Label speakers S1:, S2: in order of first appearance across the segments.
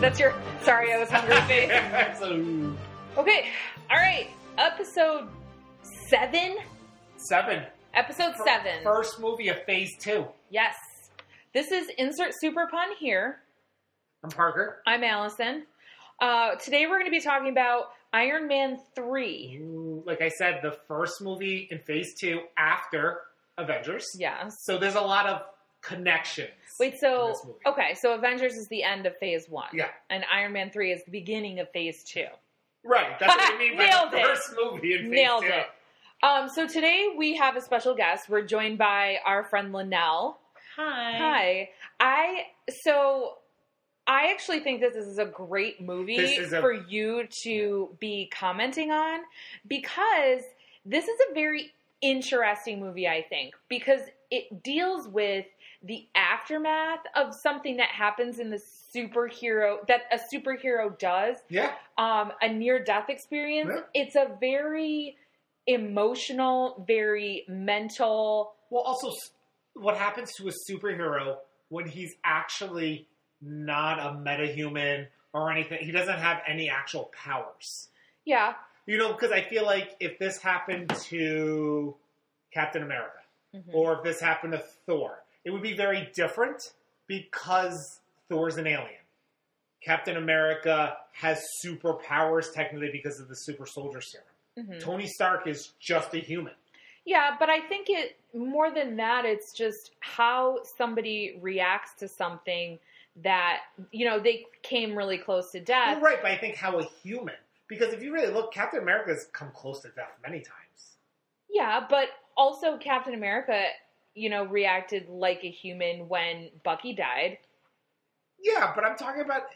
S1: That's your. Sorry, I was hungry face.
S2: So,
S1: Okay. All right. Episode seven.
S2: seven.
S1: Episode
S2: Fir-
S1: seven.
S2: First movie of phase two.
S1: Yes. This is insert super pun here.
S2: I'm Parker.
S1: I'm Allison. Uh, today we're going to be talking about Iron Man three.
S2: Ooh, Like I said, the first movie in phase two after Avengers.
S1: Yes.
S2: So there's a lot of connections.
S1: Wait.
S2: in
S1: So
S2: this movie.
S1: okay. So Avengers is the end of Phase one.
S2: Yeah.
S1: And Iron Man three is the beginning of Phase two.
S2: Right. That's what I mean by
S1: Nailed
S2: the
S1: it.
S2: first movie in phase
S1: Nailed
S2: two.
S1: it. Um, so today we have a special guest. We're joined by our friend Linnell.
S3: Hi.
S1: Hi. I so I actually think that this is a great movie
S2: This is a-
S1: for you to be commenting on because this is a very interesting movie, I think, because it deals with the aftermath of something that happens in the superhero that a superhero does
S2: Yeah.
S1: um, a near death experience.
S2: Yeah.
S1: It's a very emotional, very mental.
S2: Well, also, s- what happens to a superhero when he's actually not a metahuman or anything? He doesn't have any actual powers.
S1: Yeah.
S2: You know, because I feel like if this happened to Captain America
S1: Hmm.
S2: or if this happened to Thor, it would be very different because Thor's an alien. Captain America has superpowers technically because of the super soldier serum.
S1: Mhm.
S2: Tony Stark is just a human.
S1: Yeah, but I think it more than that, it's just how somebody reacts to something that, you know, they came really close to death.
S2: You're right, but I think how a human. Because if you really look, Captain America's come close to death many times.
S1: Yeah, but also Captain America, you know, reacted like a human when Bucky died.
S2: Yeah, but I'm talking about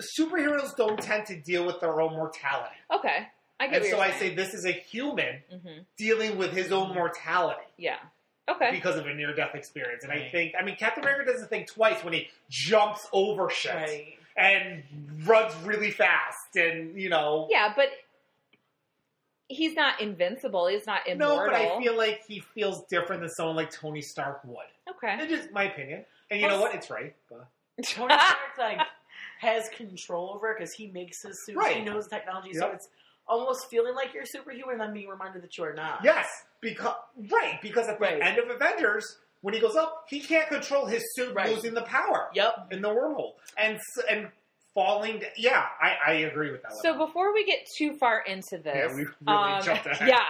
S2: superheroes don't tend to deal with their own mortality.
S1: Okay. I get
S2: And
S1: what
S2: so
S1: you're
S2: I say this is a human
S1: hmm
S2: dealing with his own mortality
S1: Yeah. Mm. Okay.
S2: because of a near death experience. And I
S3: Right.
S2: think, I mean, Captain America doesn't think twice when he jumps over shit
S3: Right.
S2: and runs really fast and, you know.
S1: Yeah, but he's not invincible. He's not immortal.
S2: no, but I feel like he feels different than someone like Tony Stark would.
S1: okay.
S2: It's just my opinion. And you know
S3: Well,
S2: what? It's right. But.
S3: Tony Stark like has control over it because he makes his suits. He
S2: Right.
S3: knows the technology, so
S2: Yep.
S3: it's almost feeling like you're superhuman and then being reminded that you are not.
S2: Yes, because right, because at the
S3: Right.
S2: end of Avengers, when he goes up, he can't control his suit
S3: Right.
S2: losing the power
S3: Yep.
S2: in the wormhole and s- and falling. d yeah, I, I agree with that.
S1: So
S2: one.
S1: before we get too far into this,
S2: yeah, we really
S1: um,
S2: jumped ahead.
S1: yeah.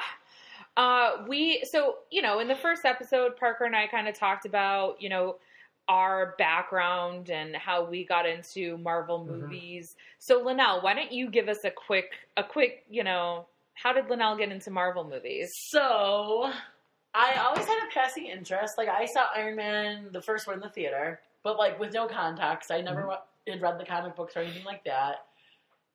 S1: Uh, we so you know in the first episode, Parker and I kind of talked about you know our background and how we got into Marvel
S2: Mhm.
S1: movies. So Linnell, why don't you give us a quick a quick you know how did Linnell get into Marvel movies?
S3: So I always had a passing interest. Like I saw Iron Man the first one in the theater, but like with no context. I
S2: Mm-hmm.
S3: never wa had read the comic books or anything like that.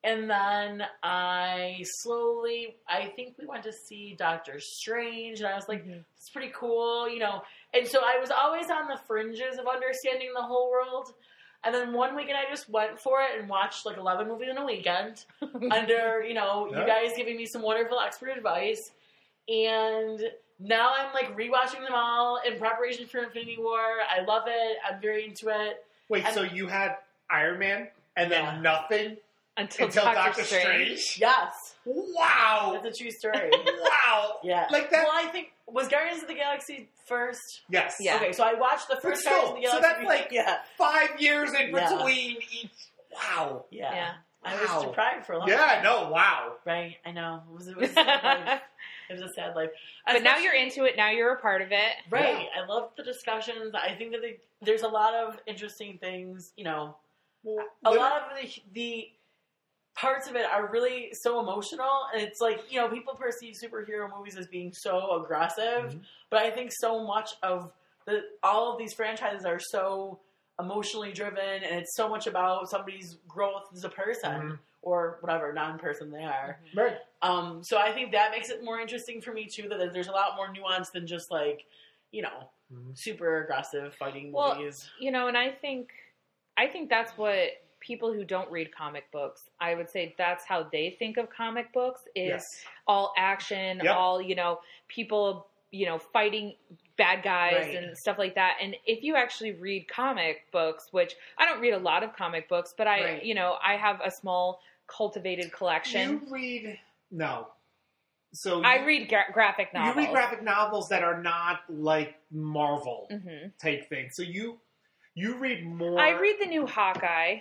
S3: And then I slowly, I think we went to see Doctor Strange, and I was like,
S2: Mm-hmm.
S3: it's pretty cool, you know. And so I was always on the fringes of understanding the whole world. And then one weekend I just went for it and watched like 11 movies in a weekend under, you know,
S2: Yeah.
S3: you guys giving me some wonderful expert advice. And now I'm like rewatching them all in preparation for Infinity War. I love it. I'm very into it.
S2: Wait,
S3: and-
S2: so you had Iron Man and then
S3: Yeah.
S2: nothing
S1: until,
S2: until
S1: Doctor,
S2: Doctor
S1: Strange.
S2: Strange?
S3: Yes.
S2: Wow,
S3: That's a true story.
S2: wow,
S3: yeah.
S2: like that.
S3: Well, I think was Guardians of the Galaxy first.
S2: yes,
S1: Yeah.
S3: Okay, so I watched the first
S2: still,
S3: Guardians of the
S2: so
S3: Galaxy.
S2: that's like-
S3: yeah.
S2: five years in
S3: Yeah.
S2: between each. Wow.
S3: Yeah.
S1: Yeah.
S3: I was
S2: Wow.
S3: deprived for a long
S2: Yeah,
S3: time.
S2: no, wow.
S3: Right, I know. It was, it was, a, sad life. It was a sad life.
S1: but now
S3: Especially-
S1: you're into it. Now you're a part of it.
S3: Right, I love the discussions. I think that they, there's a lot of interesting things, you know.
S2: Well,
S3: A lot of the, the parts of it are really so emotional, and it's like, you know, people perceive superhero movies as being so aggressive,
S1: Mm-hmm.
S2: Mhm.
S3: but I think so much of the all of these franchises are so emotionally driven, and it's so much about somebody's growth as a person
S1: Mm-hmm.
S2: Mhm.
S3: or whatever non-person they are.
S2: Right.
S3: Um, so I think that makes it more interesting for me too. That there's a lot more nuance than just like, you know,
S2: Mhm.
S3: super aggressive fighting
S1: Well,
S3: movies.
S1: you know and i think i think that's what people who don't read comic books i would say that's how they think of comic books is
S2: Yes.
S1: all action
S2: Yep.
S1: all you know people you know, fighting bad guys
S3: Right.
S1: and stuff like that. And if you actually read comic books, which I don't read a lot of comic books, but I,
S3: Right.
S1: you know, I have a small cultivated collection.
S2: You read no. So
S1: I
S2: you-
S1: read gra- graphic novels.
S2: You read graphic novels that are not like Marvel
S1: Mhm.
S2: type things. So you you read more.
S1: I read the new Hawkeye.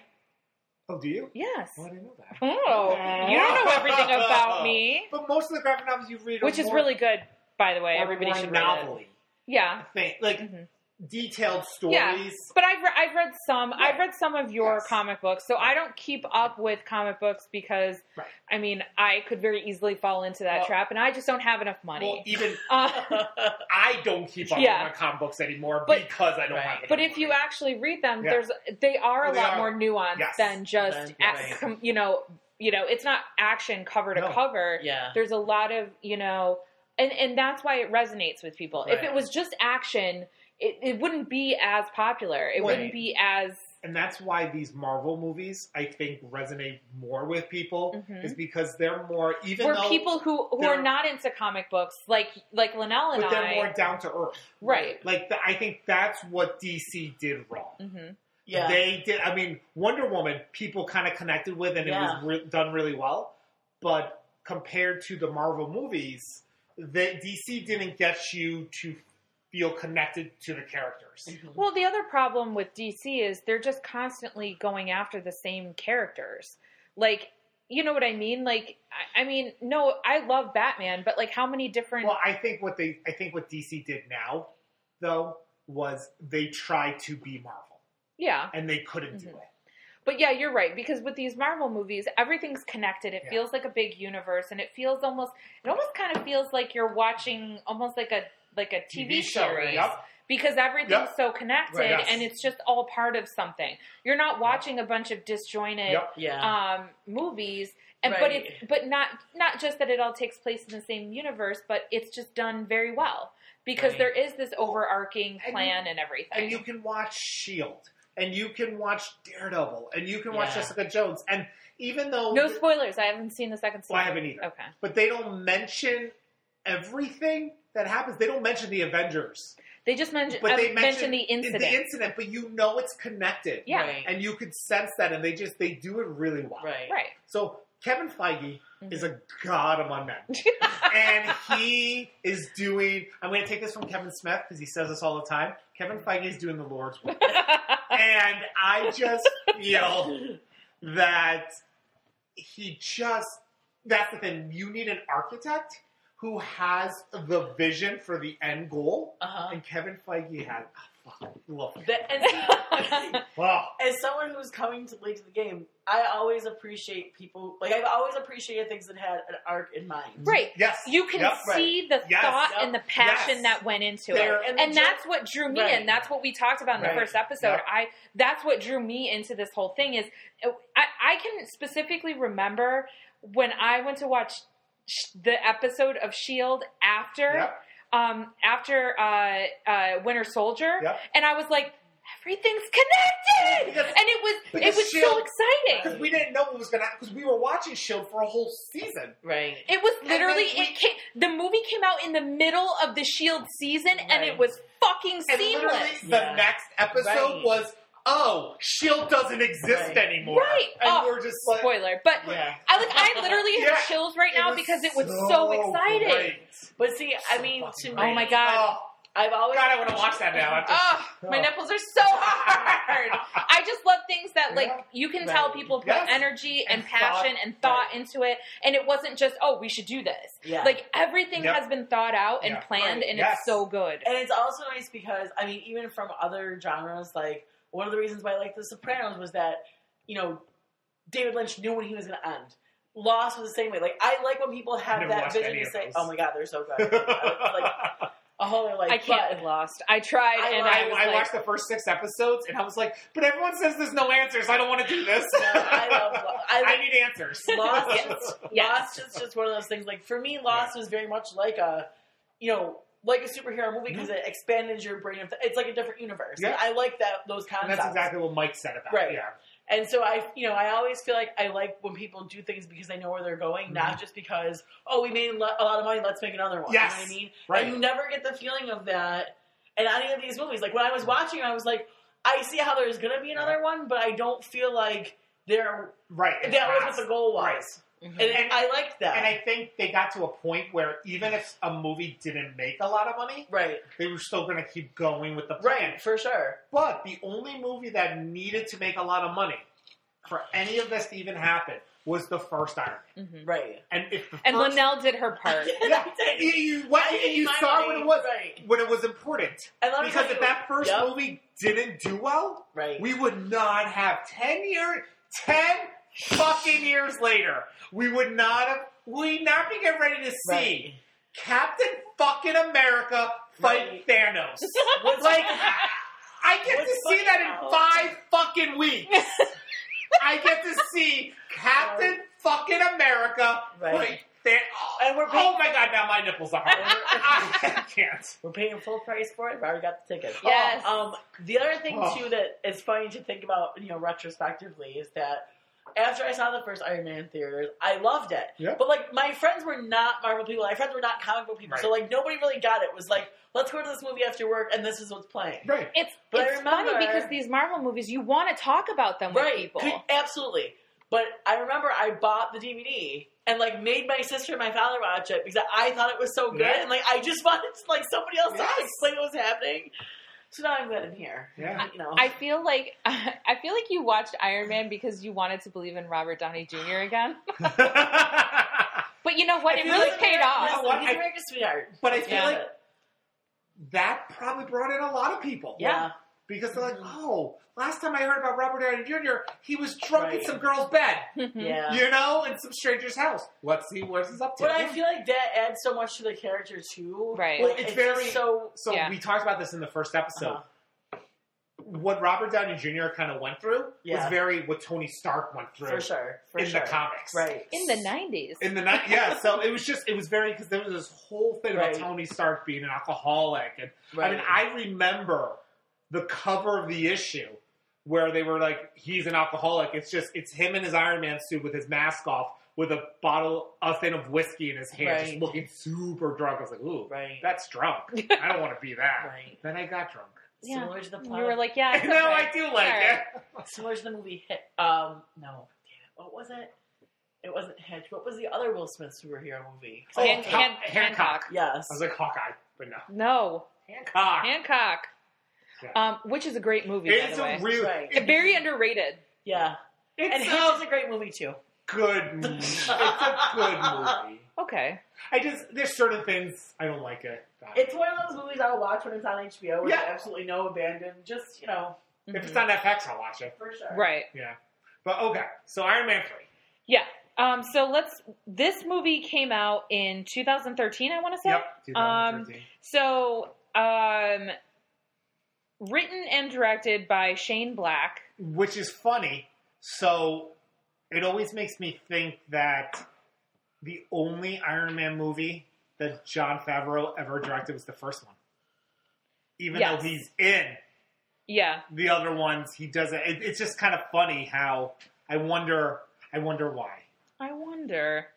S2: Oh, do you?
S1: Yes.
S2: Oh, I didn't know that.
S1: Oh, you don't know everything about me,
S2: But most of the graphic novels you read, are
S1: which is
S2: more-
S1: really good, by the way.
S2: are
S1: Everybody
S2: more
S1: should read it.
S2: novelly
S1: Yeah.
S2: thing, like
S1: Mhm.
S2: detailed stories.
S1: Yeah. But I've, re- I've read some. I've
S2: Right.
S1: read some of your
S2: Yes.
S1: comic books, so I don't keep up with comic books because,
S2: Right.
S1: I mean, I could very easily fall into that
S2: Well-
S1: trap, and I just don't have enough
S2: Well,
S1: money.
S2: even
S1: Uh,
S2: I don't keep up
S1: Yeah.
S2: with my comic books anymore
S1: But-
S2: because I don't
S3: Right.
S2: have. it
S1: but if you
S2: anymore.
S1: actually read them,
S2: Yeah.
S1: there's they are a
S2: Well, they
S1: lot
S2: are.
S1: more nuanced
S2: Yes.
S1: than just,
S3: Than-
S1: ac-
S3: right.
S1: com- you know, you know, it's not action cover to
S2: No.
S1: cover.
S3: yeah.
S1: There's a lot of you know, and and that's why it resonates with people. If it
S3: Right.
S1: was just action, it, it wouldn't be as popular. It wouldn't
S2: Right.
S1: be as
S2: and that's why these Marvel movies, I think, resonate more with people,
S1: Mhm.
S2: is because they're more even
S1: were
S2: though,
S1: people who who
S2: they're-
S1: are not into comic books, like like Linnell and
S2: but they're
S1: I,
S2: more down to earth.
S1: right?
S2: Like th- I think that's what DC did wrong.
S1: hmm
S3: Yeah.
S2: They did. I mean, Wonder Woman people kind of connected with, and it was re- done really well. But compared to the Marvel movies, the DC didn't get you to feel connected to the characters.
S3: Mhm.
S1: Well, the other problem with DC is they're just constantly going after the same characters. Like, you know what I mean? Like, I, I mean, no, I love Batman, but like, how many different?
S2: Well, I think what they, I think what DC did now, though, was they tried to be Marvel,
S1: yeah,
S2: and they couldn't do
S1: Mhm.
S2: it.
S1: but yeah, you're right because with these Marvel movies, everything's connected. It
S2: Yeah.
S1: feels like a big universe, and it feels almost, it almost kind of feels like you're watching almost like a like a TV, series.
S2: Yep.
S1: because everything's
S2: Yep.
S1: so connected
S2: Right, yes.
S1: and it's just all part of something. You're not watching a bunch of disjointed
S2: Yep.
S3: yeah.
S1: um, movies, and but
S3: Right.
S1: it but not not just that it all takes place in the same universe, but it's just done very well because
S3: Right.
S1: there is this overarching
S2: And you-
S1: plan and everything.
S2: and you can watch Shield, E and you can watch Daredevil, and you can watch
S3: Yeah.
S2: Jessica Jones, and even though
S1: no spoilers. I haven't seen the second.
S2: Well, I
S1: season.
S2: haven't either.
S1: Okay.
S2: but they don't mention everything that happens. They don't mention the Avengers,
S1: They just mentioned uh,
S2: but they mention
S1: mentioned the incident.
S2: The incident, but you know it's connected,
S1: yeah.
S3: Right.
S2: and you could sense that, and they just they do it really well.
S3: right.
S1: right.
S2: So Kevin Feige
S1: Mhm.
S2: is a god among men, and he is doing. I'm going to take this from Kevin Smith because he says this all the time. Kevin Feige is doing the Lord's work, and I just feel that he just that's the thing you need an architect who has the vision for the end goal
S3: Uh-huh.
S2: and kevin feige had oh, fuck, I love him.
S3: That- and see,
S2: oh,
S3: as someone who's coming to late to the game, I always appreciate people. Like I've always appreciated things that had an arc in mind.
S1: Right.
S2: yes
S1: You can
S2: Yep.
S1: see the
S2: Yes.
S1: thought
S3: Yep.
S1: and the passion
S2: Yes.
S1: that went into
S2: There-
S1: it.
S3: And
S1: And,
S3: the joke-
S1: that's what drew me
S3: Right.
S1: in. That's what we talked about in
S2: Right.
S1: the first episode.
S2: Yep.
S1: I that's what drew me into this whole thing is I, I can specifically remember when I went to watch sh- the episode of Shield E after
S2: Yep.
S1: um after uh uh Winter Soldier
S2: Yep.
S1: and I was like everything's connected.
S2: Because-
S1: and it was it
S2: because
S1: was so
S2: Shield-
S1: exciting.
S2: E because we didn't know what was gonna happen because we were watching shield E for a whole season
S3: Right.
S1: It was
S2: And then
S1: literally
S2: we-
S1: it came. The movie came out in the middle of the Shield E season, and
S3: Right.
S1: it was fucking
S2: and literally
S1: seamless.
S2: the
S3: Yeah.
S2: next episode
S3: Right.
S2: was oh shield doesn't exist
S3: Right.
S2: anymore
S1: Right.
S2: and
S1: Oh,
S2: we're just like
S1: Spoiler, but
S2: yeah
S1: I like I literally have
S2: Yeah.
S1: chills right now
S2: It
S1: because it was so, exciting.
S2: great.
S3: But see, I
S2: So
S3: mean, to
S2: fucking
S3: me,
S1: Oh my god.
S2: Oh,
S3: I've always
S2: God, I want to watch that now. after-
S1: Oh, my
S2: Oh.
S1: nipples are so hard. I just love things that, like,
S2: Yeah.
S1: you can
S3: Right.
S1: tell people put
S2: Yes.
S1: energy and,
S2: And thought.
S1: passion and thought into it. And it wasn't just, oh, we should do this.
S3: Yeah.
S1: Like, everything
S2: Yep.
S1: has been thought out and
S2: Yeah.
S1: planned,
S2: Right.
S1: and
S2: Yes.
S1: it's so good.
S3: and it's also nice because I mean, even from other genres, like one of the reasons why I liked The Sopranos was that you know David Lynch knew when he was going to end. Lost was the same way. Like I like when people
S2: I
S3: have
S2: never
S3: that
S2: watched
S3: vision
S2: any
S3: to
S2: of
S3: say,
S2: those.
S3: "Oh my god, they're so good." like a whole other like.
S1: I can't with
S3: but-
S1: Lost. I tried,
S3: I
S1: and
S3: love-
S1: I
S2: I,
S1: was
S2: I
S1: like,
S2: watched the first six episodes and I was like, but everyone says there's no answers. I don't want to do this.
S3: No, I love. I,
S2: I
S3: like
S2: need answers.
S3: Lost.
S1: Yes. Yes.
S3: Lost is just one of those things. Like for me, Lost was very much like a, you know, like a superhero movie because it expanded your brain. Of it's like a different universe.
S2: Yeah.
S3: I like that those
S2: And
S3: concepts.
S2: that's exactly what Mike said about
S3: Right.
S2: it. Yeah.
S3: And so I, you know, I always feel like I like when people do things because they know where they're going,
S2: Mm-hmm.
S3: not just because oh we made lo- a lot of money, let's make another one. You know
S2: Yes.
S3: what I mean?
S2: Right.
S3: And you never get the feeling of that in any of these movies. Like when I was watching, I was like, I see how there's gonna be another one, but I don't feel like there
S2: Right. it
S3: that was what
S2: has.
S3: the goal was.
S2: Right. Mm-hmm.
S1: Mhm.
S3: And,
S2: And-
S3: I liked that.
S2: And I think they got to a point where even if a movie didn't make a lot of money,
S3: right,
S2: they were still going to keep going with the plan.
S3: right, for sure.
S2: But the only movie that needed to make a lot of money for any of this to even happen was the first Iron Man.
S1: Mhm.
S3: Right.
S2: And if the
S1: And
S2: first,
S1: Linnell did her part.
S2: yeah, you, you, what, you
S3: My
S2: saw
S3: money,
S2: what it was
S3: Right.
S2: when it was important.
S3: And let me
S2: Because
S3: tell
S2: if
S3: you-
S2: that first
S3: Yep.
S2: movie didn't do well,
S3: right.
S2: we would not have ten year, ten fucking years later, we would not have, we not be getting ready to see
S3: Right.
S2: Captain fucking America fight
S3: Right.
S2: Thanos. like, I get
S3: What's
S2: to see
S3: funny
S2: that in
S3: about-
S2: five fucking weeks. I get to see Captain fucking America
S3: Right.
S2: fight Thanos. Oh,
S3: And we're paying,
S2: oh my god, now my nipples are hard. I can't.
S3: we're paying full price for it. I've already got the tickets.
S1: Yes.
S3: Um, the other thing
S2: Oh.
S3: too that is funny to think about, you know, retrospectively, is that after I saw the first Iron Man in theaters, I loved it.
S2: Yeah.
S3: But like my friends were not Marvel people. My friends were not comic book people. So like nobody really got it. it. Was like, let's go to this movie after work, and this is what's playing.
S2: Right.
S1: It's
S3: But I
S1: it's funny
S3: remember-
S1: because these Marvel movies, you want to talk about them with people.
S3: Could- absolutely. But I remember I bought the DVD and like made my sister and my father watch it because I thought it was so good
S2: Yeah.
S3: and like I just wanted like somebody else
S2: Yes.
S3: to explain what was happening. So now I'm glad I'm here.
S2: Yeah.
S3: You know.
S1: I feel like I feel like you watched Iron Man because you wanted to believe in Robert Downey Jr. again. But you know what?
S2: I
S1: It
S2: feel
S1: really
S2: like-
S1: paid
S3: Listen,
S1: off.
S2: No, what-
S3: he's
S2: I-
S3: a American sweetheart.
S2: but I feel
S3: Yeah.
S2: like that probably brought in a lot of people.
S3: yeah.
S2: Because they're like, oh, last time I heard about Robert Downey Jr., he was drunk in
S3: Right.
S2: some girl's bed,
S1: Mhm.
S3: Yeah.
S2: you know, in some stranger's house. Let's see what he's up to.
S3: But I feel like that adds so much to the character too.
S1: Right.
S2: Well,
S3: Like,
S2: it's
S3: it's just
S2: very-
S3: so
S2: so
S1: Yeah.
S2: we talked about this in the first episode.
S3: Uh-huh.
S2: What Robert Downey Jr. kind of went through was
S3: Yeah.
S2: very what Tony Stark went through
S3: for sure. For
S2: in
S3: sure.
S2: the comics.
S3: Right.
S1: In the nineties.
S2: In the night, yeah. So it was just, it was very because there was this whole thing
S3: Right.
S2: about Tony Stark being an alcoholic, and
S3: Right.
S2: I mean, I remember the cover of the issue where they were like, "He's an alcoholic." It's just, it's him in his Iron Man suit with his mask off, with a bottle, a thing of whiskey in his hand, just
S3: Right.
S2: looking super drunk. I was like, "Ooh,
S3: Right.
S2: that's drunk. I don't want to be that."
S3: Right.
S2: Then I got drunk.
S1: Yeah.
S3: Similar to the
S1: you
S3: plot.
S1: were like, yeah, it's
S2: And now
S1: okay.
S2: I do like
S1: Sorry.
S2: it.
S3: similar to the movie Hit. Um, no, damn it. What was it? It wasn't Hitch. What was the other Will Smith superhero movie?
S2: Oh,
S1: Han-
S2: Hancock.
S1: Han-
S2: Hancock.
S1: Hancock.
S3: Yes.
S2: I was like Hawkeye, but no,
S1: No,
S2: Hancock.
S1: Hancock.
S2: Yeah.
S1: Um, which is a great movie, by
S2: It's
S1: the way.
S2: a real,
S3: Right.
S2: it-
S1: Very underrated.
S3: yeah.
S2: it's
S3: and
S2: a
S3: Hitch is a great movie too.
S2: good movie. It's a good movie.
S1: Okay.
S2: I just there's certain things I don't like it.
S3: It's one of those movies I'll watch when it's on HBO with
S2: Yeah.
S3: absolutely no abandon. Just, you know,
S2: If it's
S1: Mhm.
S2: on FX, I'll watch it.
S3: for sure.
S1: Mm-hmm. right.
S2: But okay, so Iron Man three.
S1: Yeah. Um, so let's. This movie came out in 2013. I want to say.
S2: Yep. 2013.
S1: So, um, written and directed by Shane Black.
S2: Which is funny. So it always makes me think that the only Iron Man movie that John Favreau ever directed was the first one. Even
S1: Yes.
S2: though he's in
S1: Yeah.
S2: the other ones, he doesn't. It, it's just kind of funny how I wonder. I wonder why.
S1: I wonder.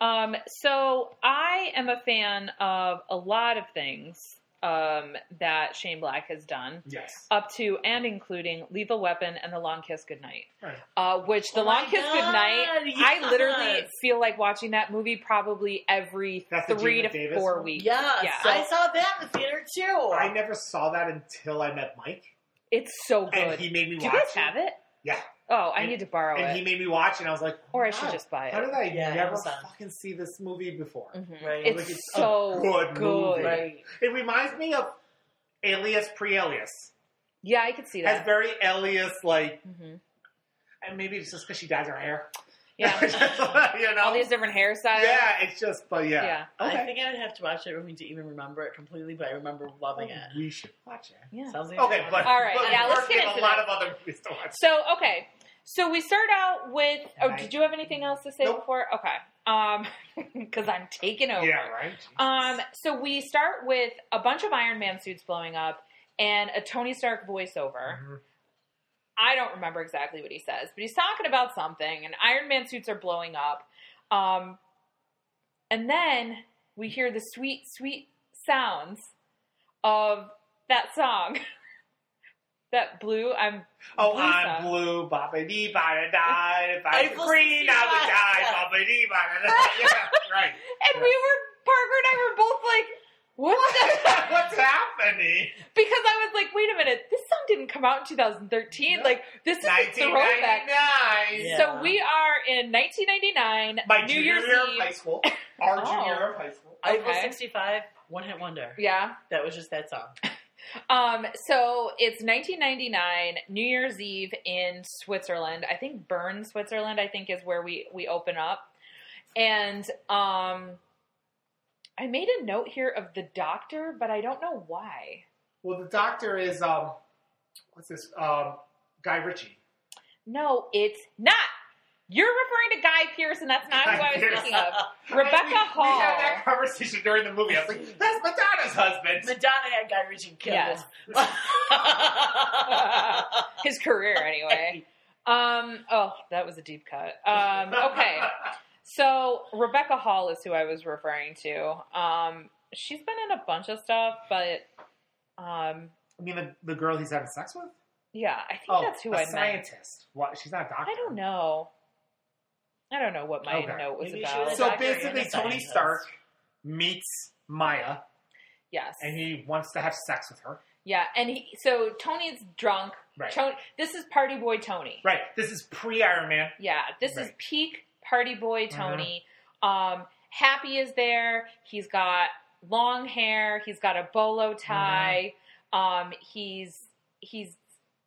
S1: Um, so I am a fan of a lot of things um, that Shane Black has done,
S2: Yes.
S1: up to and including Lethal Weapon and The Long Kiss Goodnight.
S2: Right.
S1: Uh, which The
S3: Oh
S1: Long
S3: my
S1: Kiss
S3: God,
S1: Goodnight, I literally
S3: yes.
S1: feel like watching that movie probably every
S2: That's the
S1: three
S2: Gina
S1: to
S2: Davis
S1: four
S2: one?
S1: weeks.
S3: Yes.
S1: Yeah.
S3: I saw that in the theater too.
S2: I never saw that until I met Mike,
S1: It's so good.
S2: and he made me
S1: Do you
S2: watch.
S1: guys
S2: it.
S1: Oh, have it?
S2: Yeah.
S1: Oh, I
S2: And-
S1: need to borrow
S2: and
S1: it.
S2: he made me watch, and I was like,
S1: or I should
S2: "Wow,
S1: just buy
S2: How
S1: it.
S2: did I
S3: Yeah,
S2: never
S3: Amazon.
S2: fucking see this movie before?
S1: Mhm.
S3: Right.
S1: It's,
S2: Like, it's a
S1: so
S2: good
S1: good.
S2: movie.
S3: Right.
S2: It reminds me of Alias Pre Alias.
S1: Yeah, I could see
S2: Has
S1: that.
S2: very Alias like,
S1: Mhm.
S2: and maybe it's just because she dyes her hair.
S1: Yeah.
S2: you know.
S1: All these different hairstyles.
S2: yeah, it's just, but yeah,
S3: I
S2: okay.
S3: think I would have to watch it for me to even remember it completely, but I remember loving it.
S2: We should watch it.
S1: Yeah.
S3: Sounds like
S2: Okay, but
S1: All right,
S2: but
S1: yeah, let's
S2: first
S1: get
S2: we have a
S1: into
S2: lot
S1: that.
S2: of other movies to watch.
S1: So, okay. So we start out with. Oh,
S2: Right.
S1: did you have anything else to say
S2: Nope.
S1: before? Okay. Um, because I'm taking over.
S2: Yeah, right.
S1: Um, so we start with a bunch of Iron Man suits blowing up and a Tony Stark voiceover.
S2: Mhm.
S1: I don't remember exactly what he says, but he's talking about something, and Iron Man suits are blowing up. Um, and then we hear the sweet, sweet sounds of that song. that um, blue, I'm
S2: Oh,
S1: Blue
S2: I'm
S1: song.
S2: blue, baba dee, bada da. If I
S3: April
S2: was green, I would
S3: 65.
S2: die, baba dee, bada da. Yeah, right.
S1: and we were Parker and I were both like, what? the-
S2: What's happening?
S1: because I was like, wait a minute, this song didn't come out in 2013.
S2: No.
S1: Like this is a throwback.
S2: 1999.
S3: Yeah.
S1: So we are in 1999,
S2: My
S1: New
S2: junior
S1: Year's
S2: year of
S1: Eve.
S2: high school. Our
S1: Oh.
S2: junior year of high school.
S3: April
S1: Okay.
S3: 65, One Hit Wonder.
S1: Yeah.
S3: That was just that song.
S1: Um, so it's 1999, New Year's Eve in Switzerland. I think Bern, Switzerland, I think is where we, we open up. And, um, I made a note here of the doctor, but I don't know why.
S2: Well, the doctor is, um, what's this? Um, Guy Ritchie.
S1: No, it's not. You're referring to Guy Pierce, and that's not who I was thinking of.
S2: I- we,
S1: Rebecca
S2: We had that
S1: Hall.
S2: conversation during the movie. I was like, that's Madonna's husband.
S3: Madonna had Guy Ritchie killed.
S1: Yes. His career, anyway. Um. Oh, that was a deep cut. Um. Okay. So Rebecca Hall is who I was referring to. Um. She's been in a bunch of stuff, but um.
S2: I mean, the, the girl he's having sex with?
S1: Yeah, I think
S2: Oh,
S1: that's who
S2: a
S1: I meant.
S2: scientist. What? She's not a doctor.
S1: I don't know. I don't know what my
S2: Okay.
S1: note was
S3: Maybe she
S1: about.
S3: was
S2: So
S3: Doctor and
S2: basically,
S3: a
S2: Tony
S3: scientist.
S2: Stark meets Maya,
S1: yes.
S2: and he wants to have sex with her.
S1: yeah, and he. So Tony's drunk.
S2: Right.
S1: Tony, this is party boy Tony.
S2: Right. This is pre Iron Man.
S1: Yeah, this is
S2: Right.
S1: peak party boy Tony. Um, Happy is there. He's got long hair. He's got a bolo tie. Um, he's he's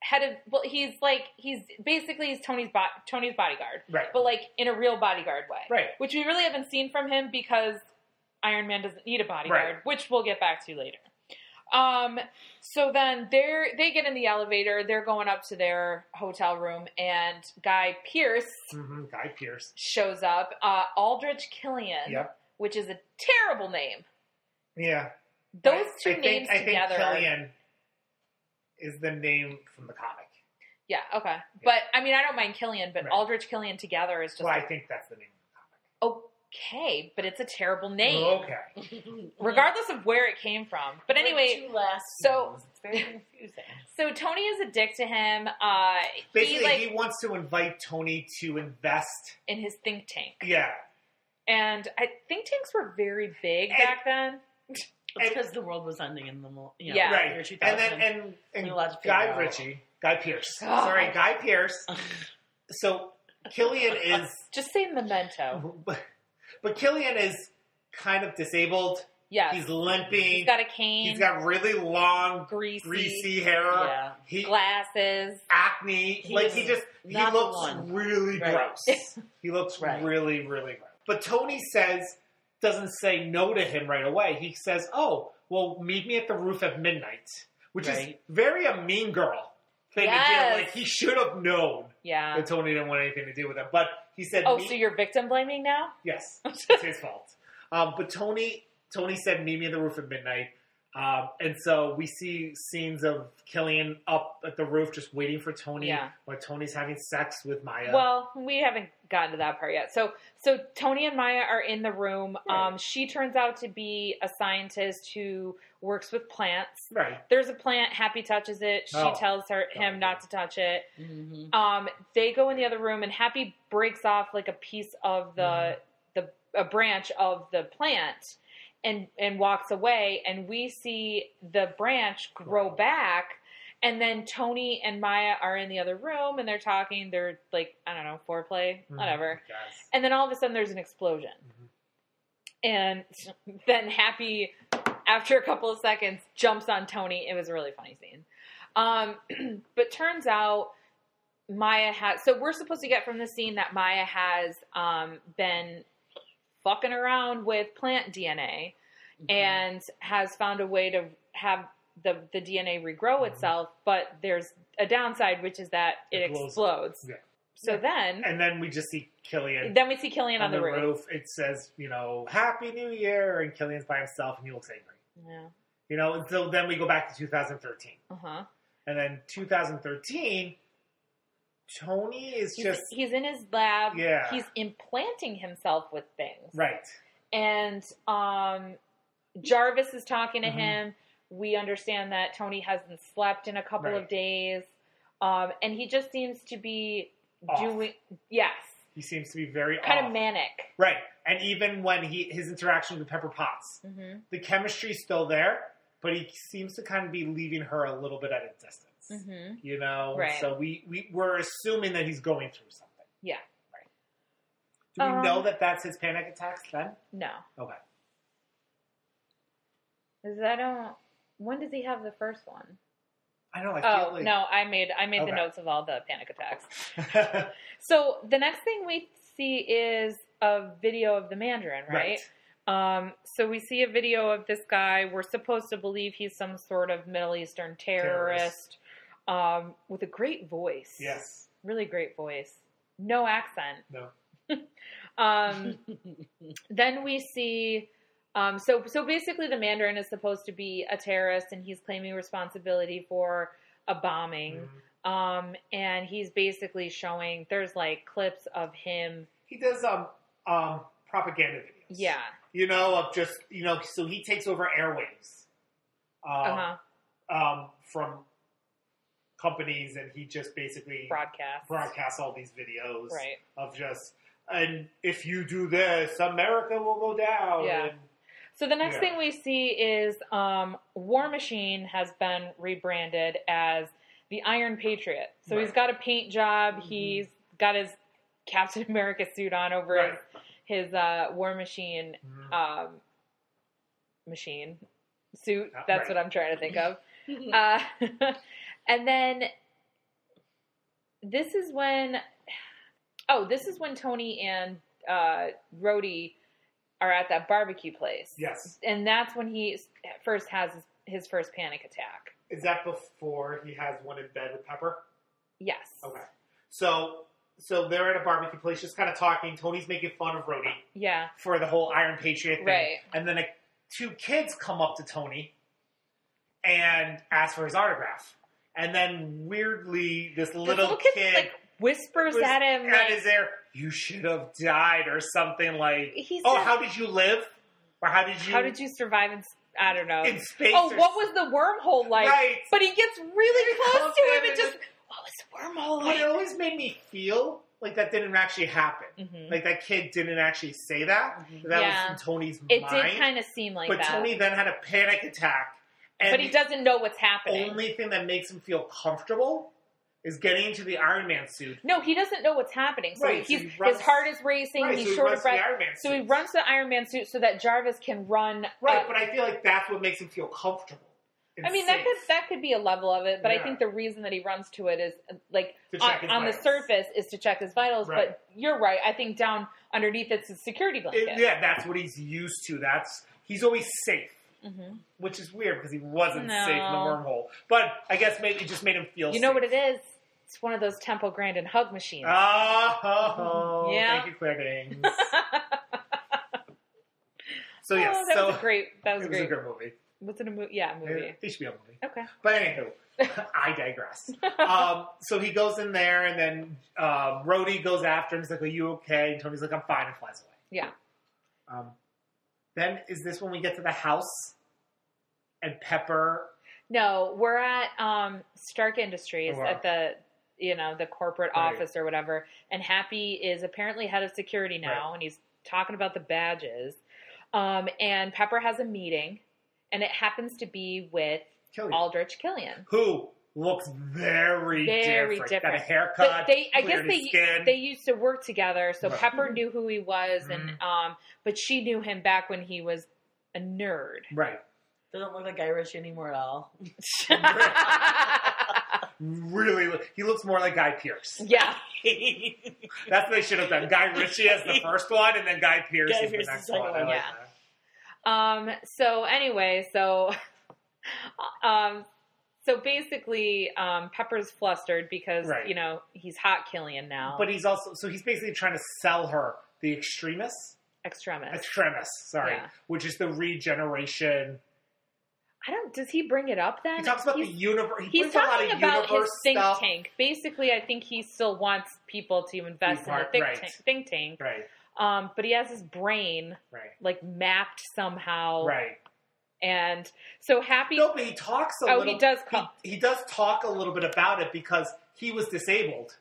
S1: head of well, he's like he's basically he's Tony's bo- Tony's bodyguard,
S2: Right.
S1: but like in a real bodyguard way,
S2: Right.
S1: which we really haven't seen from him because Iron Man doesn't need a bodyguard, which we'll get back to later. Um, so then they're they get in the elevator. They're going up to their hotel room, and Guy Pierce
S2: hmm Guy Pierce.
S1: shows up. Uh, Aldrich Killian,
S2: Yep.
S1: which is a terrible name.
S2: Yeah.
S1: Those two
S2: I think,
S1: names
S2: I think
S1: together.
S2: Killian is the name from the comic.
S1: Yeah, okay. But I mean, I don't mind Killian, but
S2: Right.
S1: Aldrich Killian together is just
S2: well, I
S1: like,
S2: think that's the name of
S1: okay, but it's a terrible
S2: the
S1: name,
S2: comic. Oh, Okay.
S1: regardless of where it came from. But anyway,
S3: Like two last
S1: so-
S3: names. it's very confusing.
S1: so Tony is a dick to him. Uh,
S2: Basically,
S1: he
S2: he,
S1: like
S2: wants to invite Tony to invest.
S1: in his think tank,
S2: Yeah.
S1: and I think tanks were very big
S2: And-
S1: back then.
S3: It's
S2: And-
S3: because the world was ending in the mo- you know,
S1: Yeah.
S2: Right.
S3: year
S2: And
S3: 2000.
S2: then and, and
S3: We're allowed to figure
S2: Guy
S3: out.
S2: Ritchie, Guy Pierce.
S1: Oh.
S2: Sorry, Guy Pierce. So Killian is,
S1: Just say memento.
S2: but Killian is kind of disabled.
S1: Yes,
S2: He's limping.
S1: he's got a cane.
S2: He's got really long,
S1: greasy,
S2: greasy hair.
S3: yeah,
S2: He
S1: glasses.
S2: acne.
S3: He
S2: like
S3: is
S2: he just he
S3: not the
S2: looks
S3: one.
S2: really
S3: Right.
S2: gross. he looks
S3: Right.
S2: really really gross. But Tony says doesn't say no to him right away. He says, "Oh, well, meet me at the roof at midnight," which is
S3: Right.
S2: very a mean girl thing to
S1: Yes.
S2: do. Like he should have known
S1: Yeah.
S2: that Tony didn't want anything to do with it. But he said,
S1: Oh,
S2: "Meet-
S1: so you're victim blaming now?
S2: Yes, it's his fault. Um, but Tony, Tony said, "Meet me at the roof at midnight." Um, and so we see scenes of Killian up at the roof, just waiting for Tony.
S1: Yeah.
S2: While Tony's having sex with Maya.
S1: Well, we haven't gotten to that part yet. So, so Tony and Maya are in the room. Um,
S2: Right.
S1: she turns out to be a scientist who works with plants.
S2: right. Mm-hmm.
S1: There's a plant. Happy touches it. She
S2: Oh.
S1: tells her
S2: Oh,
S1: him
S2: yeah.
S1: not to touch it.
S3: hmm
S1: Um, they go in the other room, and Happy breaks off like a piece of the the a branch of the plant, and and walks away. And we see the branch grow
S2: Grow.
S1: back. And then Tony and Maya are in the other room, and they're talking. They're like, I don't know, foreplay, whatever.
S2: Mhm, guys.
S1: And then all of a sudden, there's an explosion.
S2: Mhm.
S1: And then Happy, after a couple of seconds, jumps on Tony. It was a really funny scene. Um, but turns out Maya has. So we're supposed to get from the scene that Maya has um, been fucking around with plant DNA
S2: Mm-hmm.
S1: and has found a way to have the, the DNA regrow
S2: Mhm.
S1: itself. But there's a downside, which is that it,
S2: It blows
S1: explodes.
S2: Yeah.
S1: So
S2: Yeah.
S1: then.
S2: And then we just see Killian
S1: Then we see Killian on, the, roof.
S2: It says, you know, "Happy New Year," and Killian's by himself, and he looks angry.
S1: Yeah. Uh-huh.
S2: You know. And so then we go back to 2013,
S1: Uh huh.
S2: and then 2013, Tony is
S1: He's,
S2: just
S1: he's in his lab.
S2: Yeah.
S1: He's implanting himself with things.
S2: right.
S1: And um, Jarvis is talking to
S2: Mhm.
S1: him. We understand that Tony hasn't slept in a couple
S2: Right.
S1: of days. Um, and he just seems to be
S2: Off.
S1: doing, yes,
S2: He seems to be very
S1: kind
S2: off.
S1: of manic.
S2: right. And even when he his interaction with Pepper Potts,
S1: hmm
S2: the chemistry's still there, but he seems to kind of be leaving her a little bit at a distance.
S1: hmm
S2: You know,
S1: Right.
S2: so we, we we're assuming that he's going through something.
S1: Yeah.
S2: Right. Do we
S1: Um,
S2: know that that's his panic attacks then?
S1: No.
S2: Okay.
S1: 'Cause I don't, uh, when does he have the first one?
S2: I don't. I feel
S1: Oh
S2: like
S1: no, I made I made
S2: Okay.
S1: the notes of all the panic attacks.
S2: right.
S1: So the next thing we see is a video of the Mandarin, right? Um, so we see a video of this guy. We're supposed to believe he's some sort of Middle Eastern terrorist, Um, with a great voice.
S2: Yes.
S1: really great voice. No accent.
S2: No.
S1: Um, then we see. Um, so so basically, the Mandarin is supposed to be a terrorist, and he's claiming responsibility for a bombing.
S2: Mhm.
S1: Um, and he's basically showing there's like clips of him.
S2: He does um um propaganda videos.
S1: Yeah.
S2: You know of just you know so he takes over airwaves.
S1: Uh
S2: Um,
S1: huh.
S2: um, from companies, and he just basically
S1: Broadcast.
S2: broadcasts all these videos
S1: Right.
S2: of just and if you do this, America will go down.
S1: Yeah.
S2: And,
S1: So the next
S2: Yeah.
S1: thing we see is um, War Machine has been rebranded as the Iron Patriot. So he's
S2: Right.
S1: got a paint job.
S2: Mhm.
S1: He's got his Captain America suit on over
S2: Right.
S1: his, his uh, War Machine
S2: Mhm.
S1: um, machine suit.
S2: Uh,
S1: That's
S2: right.
S1: what I'm trying to think of. uh, and then this is when oh this is when tony and uh Rhodey are at that barbecue place
S2: yes,
S1: and that's when he s- first has his, his first panic attack
S2: is that before he has one in bed with Pepper?
S1: yes
S2: Okay, so so they're at a barbecue place, just kind of talking. Tony's making fun of Rhodey
S1: yeah
S2: for the whole Iron Patriot thing,
S1: Right.
S2: and then a, two kids come up to Tony and ask for his autograph, and then weirdly, this
S1: This
S2: little,
S1: kid,
S2: kid.
S1: like whispers
S2: was
S1: at him
S2: at
S1: like,
S2: his ear, you should have died, or something like,
S1: he
S2: oh,
S1: said,
S2: how did you live? Or how did you,
S1: how did you survive in s- i don't know
S2: in space?
S1: oh
S2: or
S1: what was the wormhole like
S2: Right.
S1: but he gets really close
S2: comes
S1: to
S2: in
S1: him and
S2: and
S1: just what was the wormhole
S2: But it
S1: like
S2: always made me feel like that didn't actually happen.
S1: Mhm.
S2: Like that kid didn't actually say that. That
S3: Mhm.
S1: Mm-hmm. Yeah.
S2: was in Tony's
S1: it
S2: mind.
S1: did kind of seem like
S2: but
S1: that
S2: Tony then had a panic attack. And
S1: but he doesn't know what's
S2: the
S1: happening.
S2: only thing that makes him feel comfortable is getting into the Iron Man suit.
S1: no, he doesn't know what's happening. So
S2: Right, so
S1: he's,
S2: he runs-
S1: his heart is racing.
S2: Right,
S1: he's
S2: so he
S1: short
S2: runs
S1: of
S2: to the
S1: breath.
S2: Iron Man
S1: So he
S2: suit.
S1: runs to the Iron Man suit so that Jarvis can run.
S2: Right,
S1: uh,
S2: but I feel like that's what makes him feel comfortable. and
S1: I mean that
S2: safe
S1: could that could be a level of it, but I
S2: Yeah.
S1: think the reason that he runs to it is uh, like
S2: to check
S1: on,
S2: his
S1: on the
S2: vitals.
S1: surface is to check his vitals.
S2: Right.
S1: But you're right. I think down underneath it's his security
S2: It-
S1: blanket.
S2: yeah, that's what he's used to. That's he's always safe,
S1: Mhm.
S2: which is weird because he wasn't
S1: No.
S2: safe in the wormhole. But I guess maybe it just made him feel.
S1: You know
S2: safe.
S1: what it is? It's one of those Temple Grandin hug machines.
S2: Uh, Oh,
S1: Yeah.
S2: thank you, Claire Danes. so
S1: Oh,
S2: yes,
S1: that
S2: so
S1: was a great. That was
S2: it
S1: a
S2: was a
S1: great.
S2: good movie.
S1: What's in a movie? Yeah, a movie.
S2: It should be a movie.
S1: Okay.
S2: But anywho, I digress. um, so he goes in there, and then uh, Rhodey goes after him. He's like, "Are you okay?" And Tony's like, "I'm fine," and flies away.
S1: Yeah.
S2: Um, then is this when we get to the house, and Pepper
S1: No, we're at um, Stark Industries
S2: Oh, wow.
S1: at the you know the corporate
S2: Right.
S1: office or whatever, and Happy is apparently head of security now, and he's talking about the badges. Um, and Pepper has a meeting, and it happens to be with
S2: kills
S1: Aldrich Killian.
S2: who looks very
S1: Very
S2: different. Got a
S1: different.
S2: haircut.
S1: But they, I guess
S2: cleared his
S1: they
S2: skin.
S1: they used to work together, so
S2: Right. Mm-hmm.
S1: Pepper knew who he was, and um, but she knew him back when he was a nerd.
S2: right
S3: Doesn't look like Irish anymore at all.
S2: really look- he looks more like Guy Pierce.
S1: yeah,
S2: That's what they should have done. Guy Ritchie as the first one, and then Guy Pierce
S3: Guy
S2: is the
S3: Pearce
S2: next
S3: is like,
S2: one. I like
S1: yeah.
S2: that.
S1: Um, so anyway, so um so basically um Pepper's flustered because
S2: Right.
S1: you know, he's hot Killian now.
S2: But he's also so he's basically trying to sell her the extremists,
S1: extremist.
S2: extremis, sorry,
S1: Yeah.
S2: which is the regeneration.
S1: I don't. Does he bring it up then?
S2: He talks about
S1: he's,
S2: the universe. He
S1: he's
S2: brings a lot
S1: talking
S2: of
S1: about his
S2: universe
S1: think
S2: stuff.
S1: tank. Basically, I think he still wants people to invest
S2: Be
S1: in the
S2: part-
S1: think,
S2: right.
S1: tank, think tank.
S2: Right,
S1: Um, but he has his brain
S2: right,
S1: like mapped somehow,
S2: right.
S1: and so happy.
S2: No, but he talks a
S1: oh,
S2: little.
S1: he does come.
S2: he, he does talk a little bit about it because he was disabled,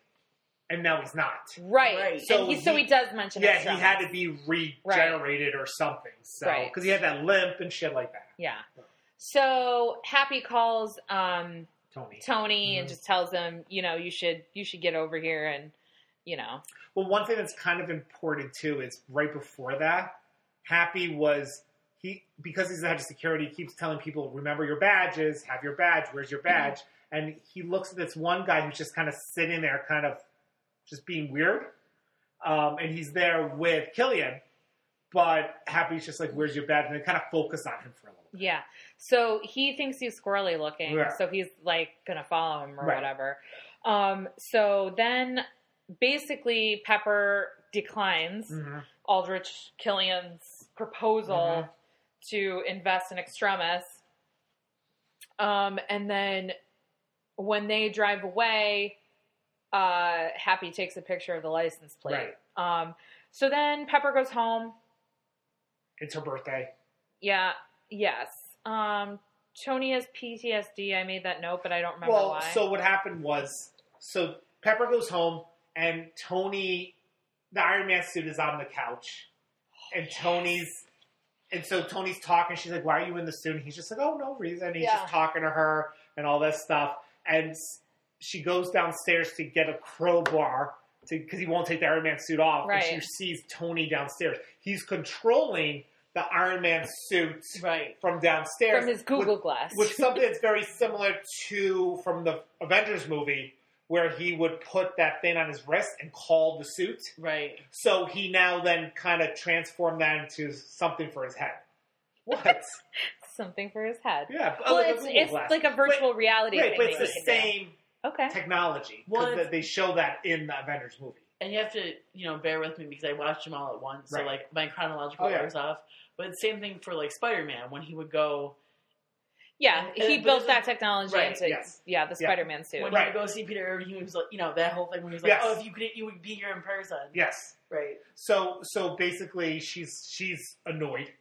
S2: and now he's not.
S1: Right.
S3: Right.
S1: So,
S2: So
S1: and he, so
S2: he-
S1: he does mention
S2: Yeah,
S1: extra
S2: he had to be regenerated or something. So
S1: Right.
S2: because he had that limp and shit like that.
S1: Yeah. So Happy calls um,
S2: Tony.
S1: Tony and
S2: Mhm.
S1: just tells him, you know, you should you should get over here and you know.
S2: Well, one thing that's kind of important too is right before that, Happy was he because he's the head of security. He keeps telling people, "Remember your badges. Have your badge. Where's your badge?" And he looks at this one guy who's just kind of sitting there, kind of just being weird. Um, and he's there with Killian, but Happy's just like, "Where's your badge?" And they kind of focus on him for a little. bit.
S1: Yeah. So he thinks he's squirrely looking,
S2: Yeah.
S1: so he's like gonna follow him or
S2: Right.
S1: whatever. Um, so then basically Pepper declines
S2: Mhm.
S1: Aldrich Killian's proposal
S2: Mhm.
S1: to invest in Extremis. Um, and then when they drive away, uh, Happy takes a picture of the license plate. Um, so then Pepper goes home.
S2: It's her birthday.
S1: Yeah, yes. Um, Tony has PTSD. I made that note, but I don't remember
S2: well,
S1: why.
S2: so what happened was, so Pepper goes home, and Tony, the Iron Man suit is on the couch,
S1: Oh,
S2: and Tony's, and so Tony's talking. She's like, "Why are you in the suit?" And he's just like, "Oh, no reason." And he's
S1: Yeah.
S2: just talking to her and all this stuff, and s- she goes downstairs to get a crowbar to because he won't take the Iron Man suit off. And
S1: Right.
S2: she sees Tony downstairs. He's controlling the Iron Man suit
S3: Right.
S2: from downstairs
S1: From his
S2: with-
S1: Google Glass.
S2: which is something that's very similar to from the Avengers movie, where he would put that thing on his wrist and call the suit.
S3: Right.
S2: So he now then kind of transformed that into something for his head. What?
S1: Something for his head.
S2: yeah. but
S1: Well,
S2: Oh, like a
S1: it's,
S2: Google
S1: it's
S2: Glass.
S1: like a virtual reality
S2: Right,
S1: thing.
S2: but
S1: that
S2: it's
S1: you
S2: the
S1: can do.
S2: same
S1: Okay.
S2: technology
S3: Well,
S2: because they show that in the Avengers movie.
S3: And you have to, you know, bear with me because I watched them all at once. So
S2: Right.
S3: like my chronological
S2: Oh, yeah.
S3: order's off. But same thing for like Spider Man when he would go
S1: Yeah,
S3: And-
S1: he
S3: and- but
S1: built
S3: this
S1: that
S3: is-
S1: technology
S3: right,
S1: into
S2: yes.
S1: yeah the
S2: Yeah.
S1: Spider-Man suit.
S3: when
S2: Right.
S3: he would go see Peter Irving, he was like, you know, that whole thing where he was like,
S2: Yes.
S3: oh, if you could, you would be here in person.
S2: Yes.
S3: Right.
S2: So so basically, she's she's annoyed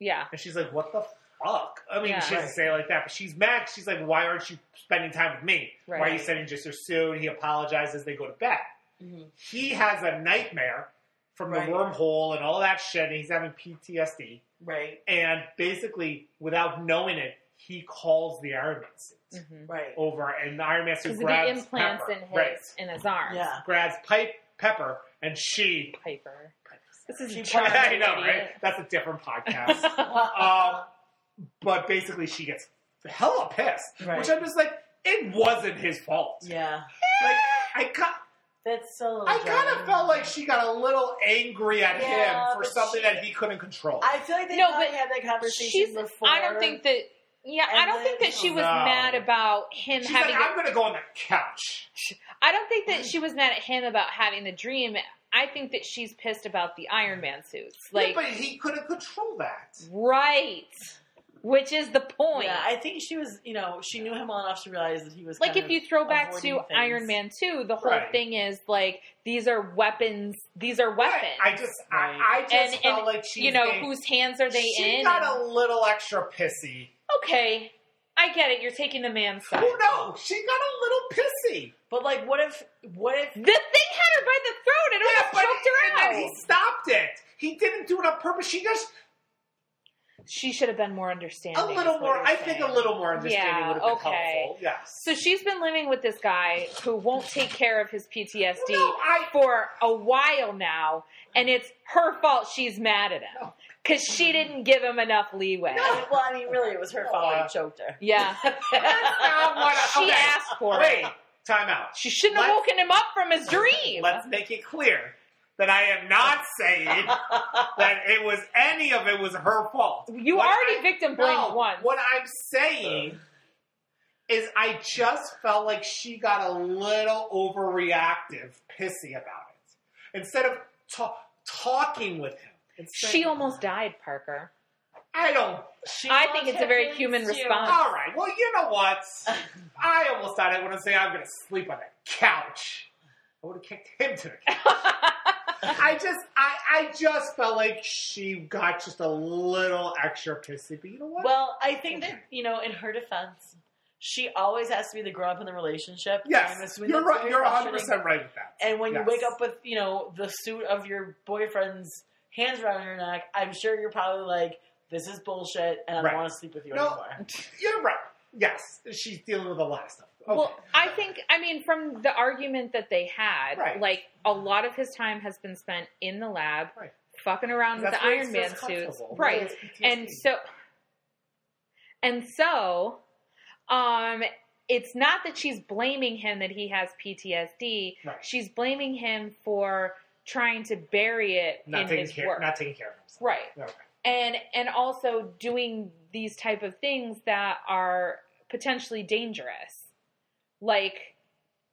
S1: yeah,
S2: and she's like, "What the." Fuck. I mean,
S1: Yeah.
S2: she doesn't
S3: Right.
S2: say it like that, but she's mad. She's like, why aren't you spending time with me? Why are you
S1: right.
S2: sending just her suit? He apologizes. They go to bed.
S3: hmm
S2: He has a nightmare from
S3: Right.
S2: the wormhole and all that shit, and he's having PTSD.
S3: Right.
S2: And basically, without knowing it, he calls the Iron Man suit
S1: Mhm.
S3: Right.
S2: over, and the Iron Man suit
S1: Because the
S2: grabs
S1: implants
S2: Pepper.
S1: in his
S2: Right.
S1: in his arms.
S3: Yeah.
S2: grabs Pipe Pepper, and she.
S1: Piper. This is
S3: She
S1: a
S3: Piper,
S2: I
S1: charming
S2: know, right?
S1: idiot.
S2: That's a different podcast. um, but basically, she gets hella pissed,
S3: Right.
S2: which I'm just like, it wasn't his fault.
S3: yeah.
S2: Like, I cut.
S3: That's so.
S2: I kind of
S3: jarring.
S2: felt like she got a little angry at
S3: Yeah,
S2: him for
S3: but
S2: something
S3: she-
S2: that he couldn't control.
S3: I feel like they
S1: No,
S3: probably
S1: but
S3: had that conversation
S1: She's.
S3: before.
S1: I don't think that. Yeah, I
S3: And
S1: don't think
S3: then-
S1: that she was
S2: No.
S1: mad about him
S2: She's
S1: having.
S2: like, I'm going to go on the couch.
S1: a- I don't think that she was mad at him about having the dream. I think that she's pissed about the Iron Man suits.
S2: Yeah,
S1: Like,
S2: but he couldn't control that.
S1: right, which is the point.
S3: Yeah, I think she was. You know, she knew him well enough to realize that he was
S1: like
S3: kind
S1: if
S3: of
S1: you throw back to
S3: avoiding
S1: Iron
S3: things.
S1: Man 2, the whole
S2: Right.
S1: thing is like these are weapons, these are weapons.
S2: I just,
S3: Right.
S2: I, I just
S1: And-
S2: felt
S1: and,
S2: like she,
S1: you know,
S2: being-
S1: whose hands are they
S2: she
S1: in?
S2: got a little extra pissy.
S1: okay, I get it. You're taking the man's
S2: Who
S1: side.
S2: knows? She got a little pissy.
S3: But like, what if? What if?
S1: The thing had her by the throat and almost choked her
S2: and
S1: out.
S2: then he stopped it. He didn't do it on purpose. She just
S1: she should have been more understanding.
S2: a little
S1: is what
S2: more.
S1: you're
S2: I think
S1: saying.
S2: a little more understanding
S1: Yeah,
S2: would have been
S1: okay.
S2: helpful. Yes.
S1: So she's been living with this guy who won't take care of his PTSD
S2: No, I
S1: for a while now, and it's her fault she's mad at him
S2: No.
S1: because she didn't give him enough leeway.
S3: I mean, well, I mean, really, it was her fault. that he choked her.
S1: Yeah,
S2: Now what-
S1: she
S2: Uh, okay.
S1: asked for
S2: Wait,
S1: it.
S2: time out.
S1: She shouldn't have
S2: Let's-
S1: woken him up from his dream.
S2: Let's make it clear that I am not saying that it was any of it was her fault.
S1: You
S2: What
S1: already
S2: I-
S1: victim blamed
S2: No,
S1: once.
S2: What I'm saying is I just felt like she got a little overreactive, pissy about it. Instead of ta- talking with him. and
S1: She
S2: saying-
S1: almost died, Parker.
S2: I don't.
S3: She
S1: I
S3: loves
S1: think it's
S3: her
S1: a very
S3: kids,
S1: human
S3: too.
S1: response.
S2: All right. Well, you know what? I almost thought I wouldn't say I'm going to sleep on the couch. I would have kicked him to the couch. I just, I, I just felt like she got just a little extra pissy. But you know what?
S3: Well, I think that you know, in her defense, she always has to be the grown up in the relationship. I'm
S2: yes,
S3: assuming
S2: you're
S3: that's
S2: right.
S3: very
S2: You're 100
S3: frustrating.
S2: percent right with that.
S3: And when
S2: Yes.
S3: you wake up with you know the suit of your boyfriend's hands around your neck, I'm sure you're probably like, "This is bullshit," and I don't
S2: Right.
S3: want to sleep with you
S2: No.
S3: anymore.
S2: You're right. Yes, she's dealing with a lot of stuff. Okay.
S1: Well, I think, I mean, from the argument that they had,
S2: Right.
S1: like a lot of his time has been spent in the lab,
S2: Right.
S1: fucking around with
S2: That's
S1: um, the
S2: where it
S1: Iron Man
S2: feels
S1: suits,
S2: comfortable.
S1: right?
S2: It's PTSD.
S1: and so and so um it's not that she's blaming him that he has PTSD.
S2: Right.
S1: She's blaming him for trying to bury it
S2: not
S1: in
S2: taking
S1: his
S2: care,
S1: work.
S2: not taking care of himself.
S1: right.
S2: Okay.
S1: And and also doing these type of things that are potentially dangerous. Like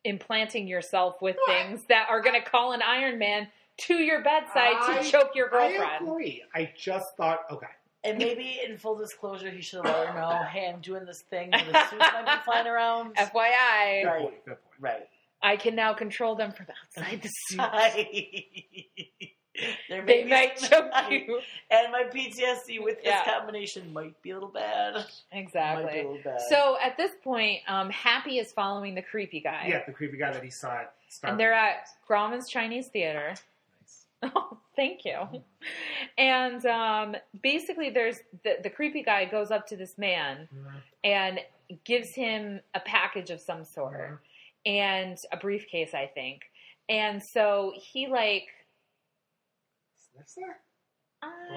S1: implanting yourself with
S2: No, I-
S1: things that are going to call an Iron Man to your bedside
S2: I-
S1: to choke your
S2: I
S1: girlfriend.
S2: agree. I just thought, okay,
S3: And maybe in full disclosure, he should have let her know, "Hey, I'm doing this thing. And the suit might be flying around."
S1: FYI.
S2: good
S3: Right.
S2: point, good point.
S3: Right.
S1: I can now control them from outside the suit.
S3: there may
S1: they
S3: be
S1: might
S3: some-
S1: choke you.
S3: And my PTSD with this
S1: Yeah.
S3: combination might be a little bad. Might be a
S1: Exactly.
S3: little bad.
S1: So at this point, um, Happy is following the creepy guy.
S2: Yeah, the creepy guy that he saw at Star
S1: And they're at Grauman's Chinese Theater.
S2: Nice.
S1: Oh, thank you. And um, basically, there's the, the creepy guy goes up to this man
S2: Mhm.
S1: and gives him a package of some sort
S2: Mhm.
S1: and a briefcase, I think. And so he like
S2: Sniffs there?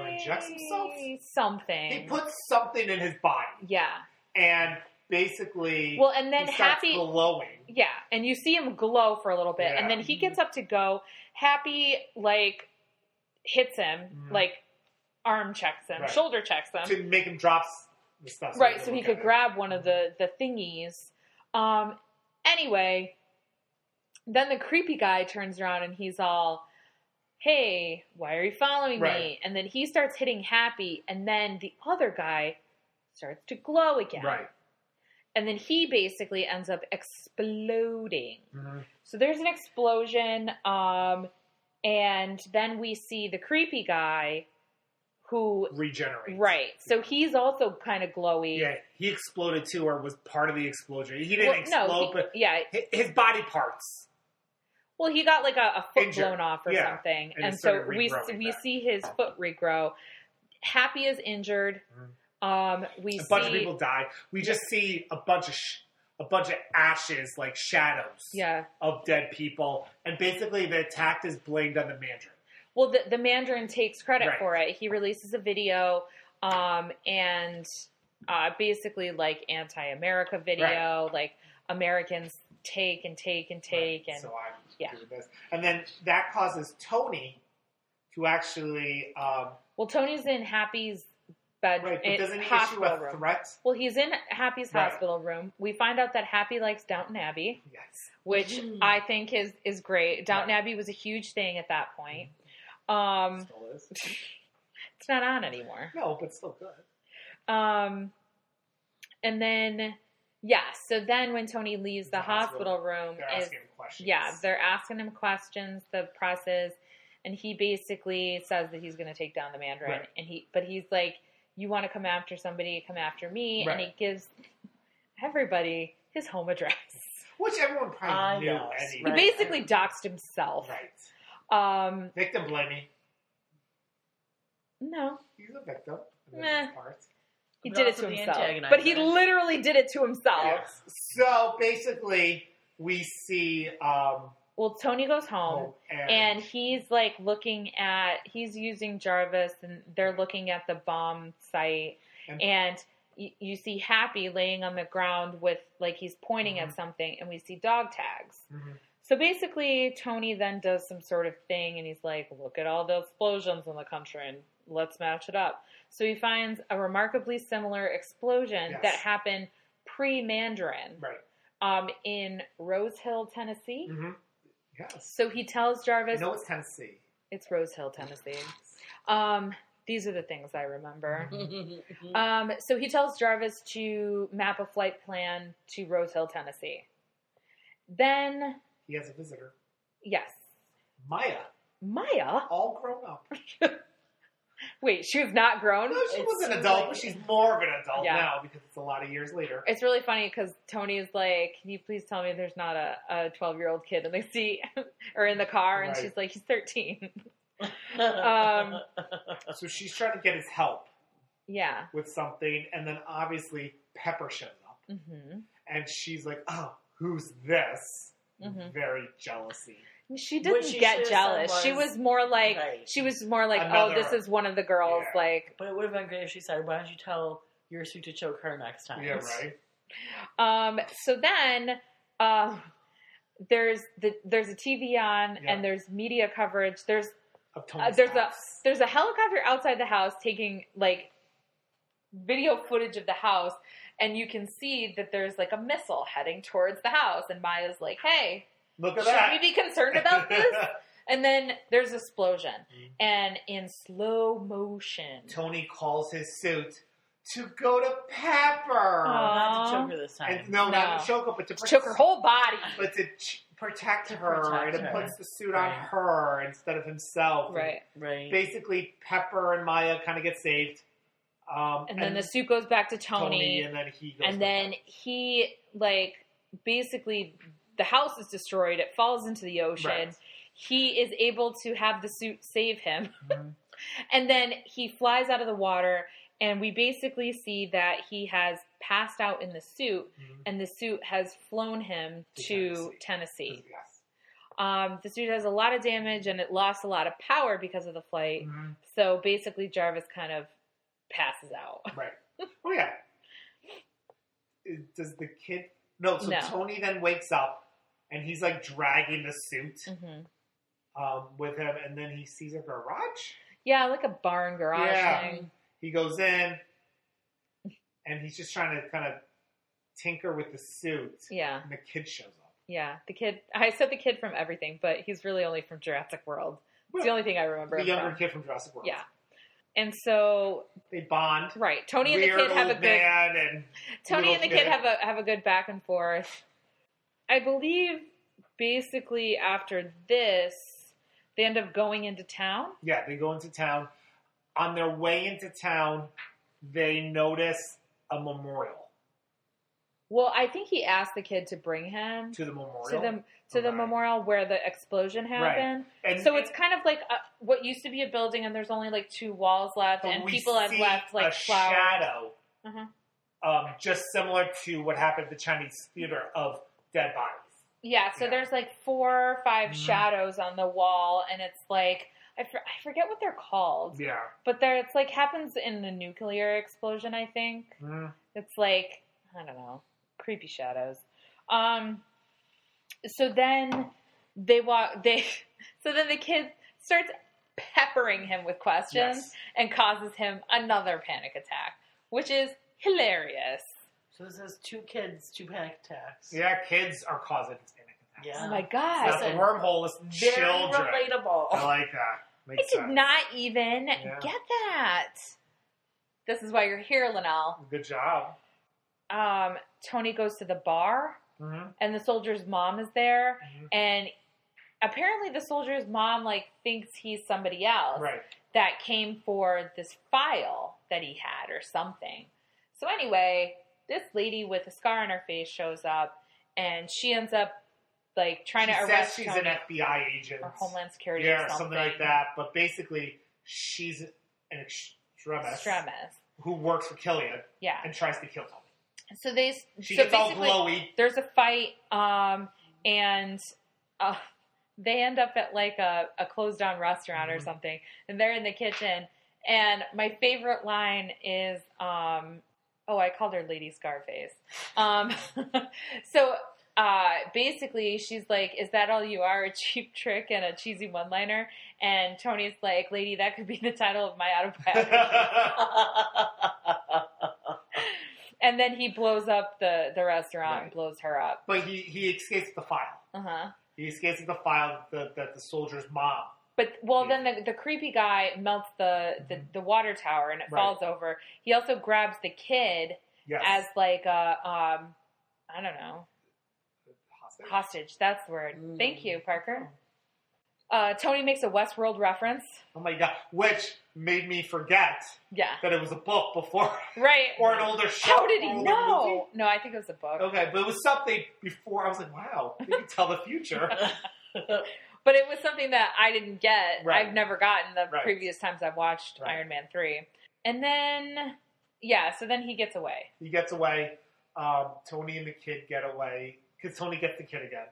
S2: Or
S1: I,
S2: injects himself?
S1: something.
S2: He puts something in his body
S1: yeah.
S2: and basically
S1: Well, and then
S2: he starts
S1: Happy
S2: glowing.
S1: Yeah, and you see him glow for a little bit,
S2: Yeah.
S1: and then he gets up to go. Happy like hits him,
S2: Mhm.
S1: like arm checks him,
S2: Right.
S1: shoulder checks him,
S2: to make him drop s- the stuff.
S1: right?
S2: they
S1: So he
S2: look
S1: could
S2: at it.
S1: grab one of the the thingies. Um. Anyway, then the creepy guy turns around and he's all, "Hey, why are you following
S2: Right.
S1: me?" And then he starts hitting Happy, and then the other guy starts to glow again,
S2: Right.
S1: and then he basically ends up exploding.
S2: Mhm.
S1: So there's an explosion, um, and then we see the creepy guy who,
S2: Regenerates.
S1: right? So he's also kind of glowy.
S2: Yeah, he exploded too, or was part of the explosion. He didn't
S1: Well,
S2: explode,
S1: no, he-
S2: but
S1: yeah.
S2: hi- his body parts.
S1: Well, he got like a, a foot
S2: Injured.
S1: blown off or
S2: Yeah.
S1: something,
S2: And
S1: and,
S2: it
S1: so
S2: started
S1: we
S2: regrowing
S1: we
S2: back.
S1: see his foot regrow. Happy is injured. Um, we
S2: Mm-hmm. A bunch
S1: see,
S2: of people die. We just see a bunch of sh- a bunch of ashes, like shadows
S1: yeah.
S2: of dead people, and basically the attack is blamed on the Mandarin.
S1: Well, the, the Mandarin takes credit
S2: Right.
S1: for it. He releases a video, um, and uh, basically like anti-America video, like Americans take and take and take,
S2: Right,
S1: and
S2: so I'm
S1: yeah.
S2: doing this, and then that causes Tony to actually um,
S1: well, Tony's in Happy's bed,
S2: right, but
S1: it-
S2: doesn't he issue
S1: hospital
S2: a
S1: room.
S2: threat?
S1: Well, he's in Happy's
S2: Right.
S1: hospital room. We find out that Happy likes Downton Abbey,
S2: Yes,
S1: which
S3: Mhm.
S1: I think is is great. Downton
S2: Right.
S1: Abbey was a huge thing at that point. Um,
S2: still is.
S1: it's not on anymore.
S2: No, but still good.
S1: Um, and then, yeah, so then when Tony leaves the,
S2: The
S1: hospital,
S2: hospital.
S1: room,
S2: They're
S1: is,
S2: asking questions.
S1: yeah, they're asking him questions, the press is, and he basically says that he's going to take down the Mandarin,
S2: Right.
S1: and he, but he's like, you want to come after somebody, come after me, and he
S2: Right.
S1: gives everybody his home address.
S2: which everyone probably
S3: I
S2: knew.
S3: know,
S2: anyway.
S1: He
S3: Right.
S1: basically doxed himself.
S2: right.
S1: Um,
S2: Victim blaming.
S1: no,
S2: He's a victim. in
S1: Meh.
S2: this part.
S1: he
S3: But
S1: did it
S3: also
S1: to
S3: the
S1: himself,
S3: antagonizer.
S1: but he literally did it to himself.
S2: Yes. So basically, we see um,
S1: Well, Tony goes home.
S2: Hope and,
S1: and he's like looking at he's using Jarvis and they're looking at the bomb site
S2: And-
S1: and you, you see Happy laying on the ground with like he's pointing
S2: Mhm.
S1: at something and we see dog tags.
S2: Mhm.
S1: So basically Tony then does some sort of thing and he's like look at all the explosions in the country and let's match it up. So he finds a remarkably similar explosion
S2: Yes.
S1: that happened pre-Mandarin
S2: right.
S1: um, in Rose Hill, Tennessee.
S2: hmm Yes.
S1: So he tells Jarvis
S2: No, it's Tennessee.
S1: it's Rose Hill, Tennessee. Um, These are the things I remember.
S2: Mm-hmm.
S1: Um, so he tells Jarvis to map a flight plan to Rose Hill, Tennessee. Then,
S2: He has a visitor.
S1: yes,
S2: Maya,
S1: Maya.
S2: all grown up.
S1: Wait, she was not grown.
S2: No, she
S1: It's-
S2: was an adult, but she's more of an adult
S1: Yeah.
S2: now because it's a lot of years later.
S1: It's really funny because Tony is like, "Can you please tell me there's not a 12 year old kid in the seat or in the car?" And
S2: Right.
S1: she's like, "He's 13." uh,
S3: um,
S2: Uh, So she's trying to get his help
S1: yeah.
S2: with something, and then obviously Pepper shows up,
S1: hmm
S2: and she's like, "Oh, who's this?"
S1: Mhm.
S2: Very jealousy.
S1: She
S3: What
S1: didn't
S3: she
S1: get
S3: should've
S1: jealous.
S3: said
S1: she
S3: was-
S1: was more like,
S3: Right.
S1: she was more like,
S2: Another-
S1: "Oh, this is one of the girls."
S2: Yeah.
S1: Like,
S3: but it would have been great if she said, "Why don't you tell your suit to choke her next time?"
S2: Yeah, right.
S1: Um, so then um, there's the there's a TV on
S2: Yeah. Oh,
S1: and there's media coverage. There's
S2: Of
S1: uh,
S2: Tony's
S1: there's a
S2: house.
S1: there's a helicopter outside the house taking like video footage of the house, and you can see that there's like a missile heading towards the house. And Maya's like, "Hey,
S2: look at
S1: should we
S2: that.
S1: be concerned about this?" and then there's an explosion,
S2: Mm-hmm.
S1: and in slow motion,
S2: Tony calls his suit to go to Pepper,
S1: Aw.
S3: Not to choke her this time.
S2: and no, not
S1: No.
S2: to choke her, but to protect
S1: took her whole body.
S2: but to ch- protect
S3: To
S2: her,
S3: protect
S2: and
S3: her.
S2: it puts the suit on
S3: Right.
S2: her instead of himself.
S1: Right,
S3: right.
S2: basically Pepper and Maya kind of get saved. Um,
S1: and then the suit goes back to Tony,
S2: and then he goes
S1: and then
S2: back.
S1: he like basically the house is destroyed it falls into the ocean
S2: Right.
S1: he is able to have the suit save him and then he flies out of the water and we basically see that he has passed out in the suit
S2: Mhm.
S1: and the suit has flown him
S2: To
S1: to
S2: Tennessee. Mm-hmm.
S1: tennessee,
S2: Yes.
S1: Um, the suit has a lot of damage and it lost a lot of power because of the flight
S2: Mhm.
S1: so basically jarvis kind of passes out
S2: Right. Oh yeah. Is- Does the kid? No. So
S1: No.
S2: Tony then wakes up, and he's like dragging the suit
S1: hmm
S2: um, with him, and then he sees a garage.
S1: yeah like a barn garage
S2: Yeah.
S1: thing
S2: He goes in, and he's just trying to kind of tinker with the suit,
S1: Yeah,
S2: and the kid shows up.
S1: yeah. The kid. I said the kid from everything, but he's really only from Jurassic World. It's the only thing I remember.
S2: the
S1: him
S2: younger
S1: from.
S2: kid from Jurassic World.
S1: Yeah. And so,
S2: They bond.
S1: right, Tony and the
S2: Weird
S1: kid have a
S2: old
S1: good.
S2: man and
S1: Tony
S2: little
S1: and the kid
S2: kid.
S1: have a have a good back and forth. I believe basically after this, they end up going into town.
S2: Yeah, they go into town. On their way into town, they notice a memorial
S1: Well, I think he asked the kid to bring him
S2: to the memorial.
S1: to the to the
S2: Right.
S1: memorial where the explosion happened.
S2: and
S1: So it's kind of like a, what used to be a building, and there's only like two walls left,
S2: but
S1: and
S2: we
S1: people have
S2: see
S1: left like
S2: a
S1: flowers.
S2: shadow,
S1: Mhm.
S2: um, just similar to what happened at the Chinese theater of dead bodies.
S1: Yeah, so
S2: Yeah.
S1: there's like four or 5
S2: Mhm.
S1: shadows on the wall, and it's like I, for, I forget what they're called,
S2: Yeah,
S1: but there it's like happens in a nuclear explosion. I think
S2: Mhm.
S1: it's like I don't know, creepy shadows. Um, so then they walk. They so then the kid starts peppering him with questions
S2: yes.
S1: and causes him another panic attack, which is hilarious.
S3: So this is two kids, two panic attacks.
S2: yeah. Kids are causing these panic attacks.
S3: Yeah.
S1: Oh my
S2: It's
S1: god!
S2: not the
S3: Listen,
S2: wormhole. It's
S3: Very
S2: children.
S3: relatable.
S2: I like that.
S1: I
S2: Makes
S1: did
S2: sense.
S1: not even
S2: Yeah.
S1: get that. This is why you're here, Linnell.
S2: Good job.
S1: Um, Tony goes to the bar,
S2: Mhm.
S1: and the soldier's mom is there,
S2: Mhm.
S1: and apparently the soldier's mom like thinks he's somebody else
S2: Right.
S1: that came for this file that he had or something. So anyway, this lady with a scar on her face shows up, and she ends up like trying
S2: she
S1: to
S2: says
S1: arrest
S2: she's
S1: Tony
S2: an FBI agent.
S1: or Homeland Security
S2: yeah,
S1: or
S2: something. like that. But basically, she's an extremist,
S1: Extremis.
S2: who works for Killian
S1: Yeah.
S2: and tries to kill Tony.
S1: So they
S2: She
S1: so
S2: gets all
S1: basically,
S2: glowy.
S1: there's a fight, um, and uh, they end up at like a, a closed down restaurant or
S2: Mhm.
S1: something, and they're in the kitchen. And my favorite line is, um, oh, I called her Lady Scarface. Um, so uh, basically, she's like, "Is that all you are? A cheap trick and a cheesy one liner?" And Tony's like, "Lady, that could be the title of my autobiography." and then he blows up the the restaurant and
S2: Right.
S1: blows her up.
S2: but he he escapes the file.
S1: Uh huh.
S2: He escapes the file that the, that the soldier's mom
S1: But well, then the, the creepy guy melts the, the, the water tower and it
S2: Mm-hmm. Right.
S1: falls over. He also grabs the kid
S2: Yes.
S1: as like a um, I don't know
S2: Hostage.
S1: hostage. That's the word.
S3: Mm.
S1: Thank you, Parker. Uh, Tony makes a Westworld reference.
S2: Oh my god. Which made me forget
S1: Yeah,
S2: that it was a book before
S1: right.
S2: or an Oh, older show.
S1: How did he
S2: or an older
S1: know? No, I think it was a book.
S2: movie. Okay, but it was something before I was like, wow, they can tell the future.
S1: But it was something that I didn't get.
S2: Right.
S1: I've never gotten the
S2: Right.
S1: previous times I've watched
S2: Right.
S1: Iron Man 3. And then, yeah, so then he gets away.
S2: he gets away. Um, Tony and the kid get away because Tony gets the kid again.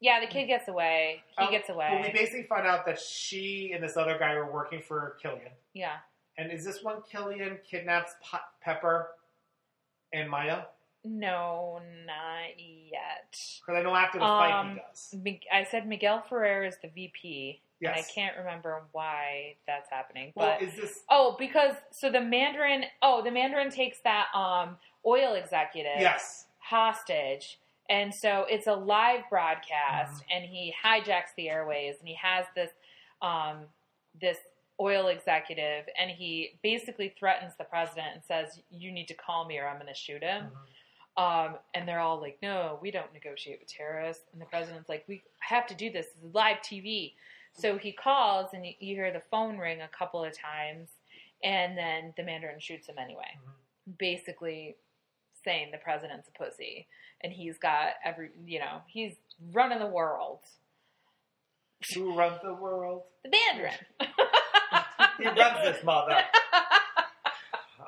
S1: Yeah, the kid gets away. He
S2: Mm. Um,
S1: gets
S2: Well, we
S1: away.
S2: basically find out that she and this other guy were working for Killian.
S1: yeah.
S2: And is this one Killian kidnaps Pe- Pepper and Maya?
S1: No, not yet.
S2: Because I know after the fight
S1: Um,
S2: he does.
S1: Mi- I said Miguel Ferrer is the VP, and I
S2: Yes.
S1: can't remember why that's happening. But
S2: Well, is this?
S1: oh, because so the Mandarin. Oh, the Mandarin takes that um oil executive.
S2: Yes.
S1: hostage. And so it's a live broadcast,
S2: Mm-hmm.
S1: and he hijacks the airways, and he has this um, this oil executive, and he basically threatens the president and says, "You need to call me, or I'm going to shoot him." Um, and they're all like, "No, we don't negotiate with terrorists." And the president's like, "We have to do this. This is live TV." So he calls, and you, you hear the phone ring a couple of times, and then the Mandarin shoots him anyway
S2: Mhm.
S1: basically saying the president's a pussy and he's got every you know he's running the world
S2: Who runs the world?
S1: the mandarin
S2: He runs this mother.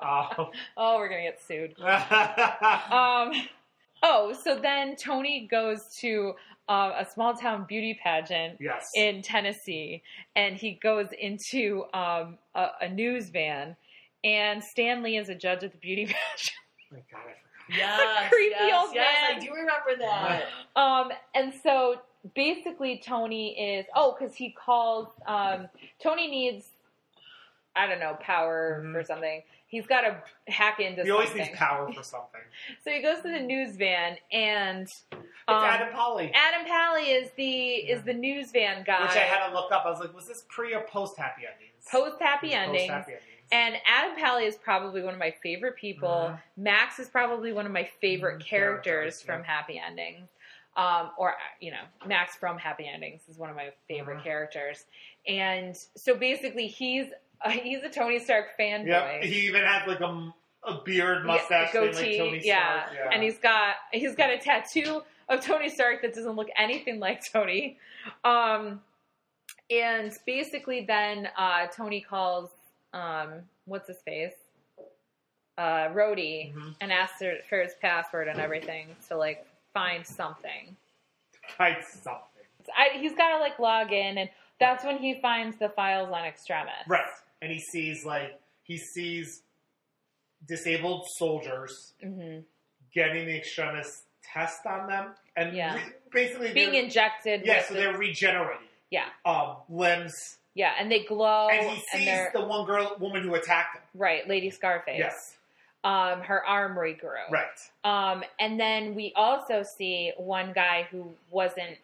S2: Um,
S1: oh we're gonna get sued um oh so then tony goes to uh, a small town beauty pageant
S2: yes.
S1: in tennessee and he goes into um, a, a news van and stanley is a judge at the beauty pageant
S2: Oh my God, I forgot.
S3: Yes,
S1: Creepy
S3: yes,
S1: old
S3: yes,
S1: man.
S3: I do remember that.
S1: Um, and so basically, Tony is oh, because he calls. Um, Tony needs, I don't know, power
S2: Mhm.
S1: or something. He's got to hack into
S2: He always
S1: something.
S2: needs power for something.
S1: so he goes to the news van, and
S2: It's
S1: um,
S2: Adam Polly,
S1: Adam Pally is the is
S2: Yeah.
S1: the news van guy.
S2: which I had to look up. I was like, was this pre or post happy endings?
S1: post happy endings.
S2: Post-happy endings.
S1: And Adam Pally is probably one of my favorite people.
S2: Mhm.
S1: Max is probably one of my favorite
S2: Mhm,
S1: characters
S2: characters,
S1: from
S2: yeah.
S1: Happy Endings. Um, or, you know, Max from Happy Endings is one of my favorite
S2: Mhm.
S1: characters. And so basically, he's uh, he's a Tony Stark fanboy.
S2: Yep. He even had like a, m- a beard, mustache,
S1: yeah,
S2: thing like Tony
S1: yeah.
S2: Stark. Yeah.
S1: and he's got he's got a tattoo of Tony Stark that doesn't look anything like Tony. Um, and basically, then uh, Tony calls um, what's his face, uh, Rhodey,
S2: Mhm.
S1: and asks her for his password and everything to like find something.
S2: Hide something.
S1: I, he's got to like log in, and that's when he finds the files on Extremis.
S2: Right. And he sees like he sees disabled soldiers
S1: hmm
S2: getting the extremist test on them, and
S1: Yeah.
S2: re- basically
S1: Being
S2: they're-
S1: injected.
S2: yeah,
S1: with
S2: so
S1: the-
S2: they're regenerating
S1: yeah,
S2: um, limbs,
S1: yeah, and they glow,
S2: and he
S1: and
S2: sees
S1: they're
S2: the one girl woman who attacked him.
S1: right, Lady Scarface.
S2: Yes,
S1: um, her arm regrew.
S2: right.
S1: Um, and then we also see one guy who wasn't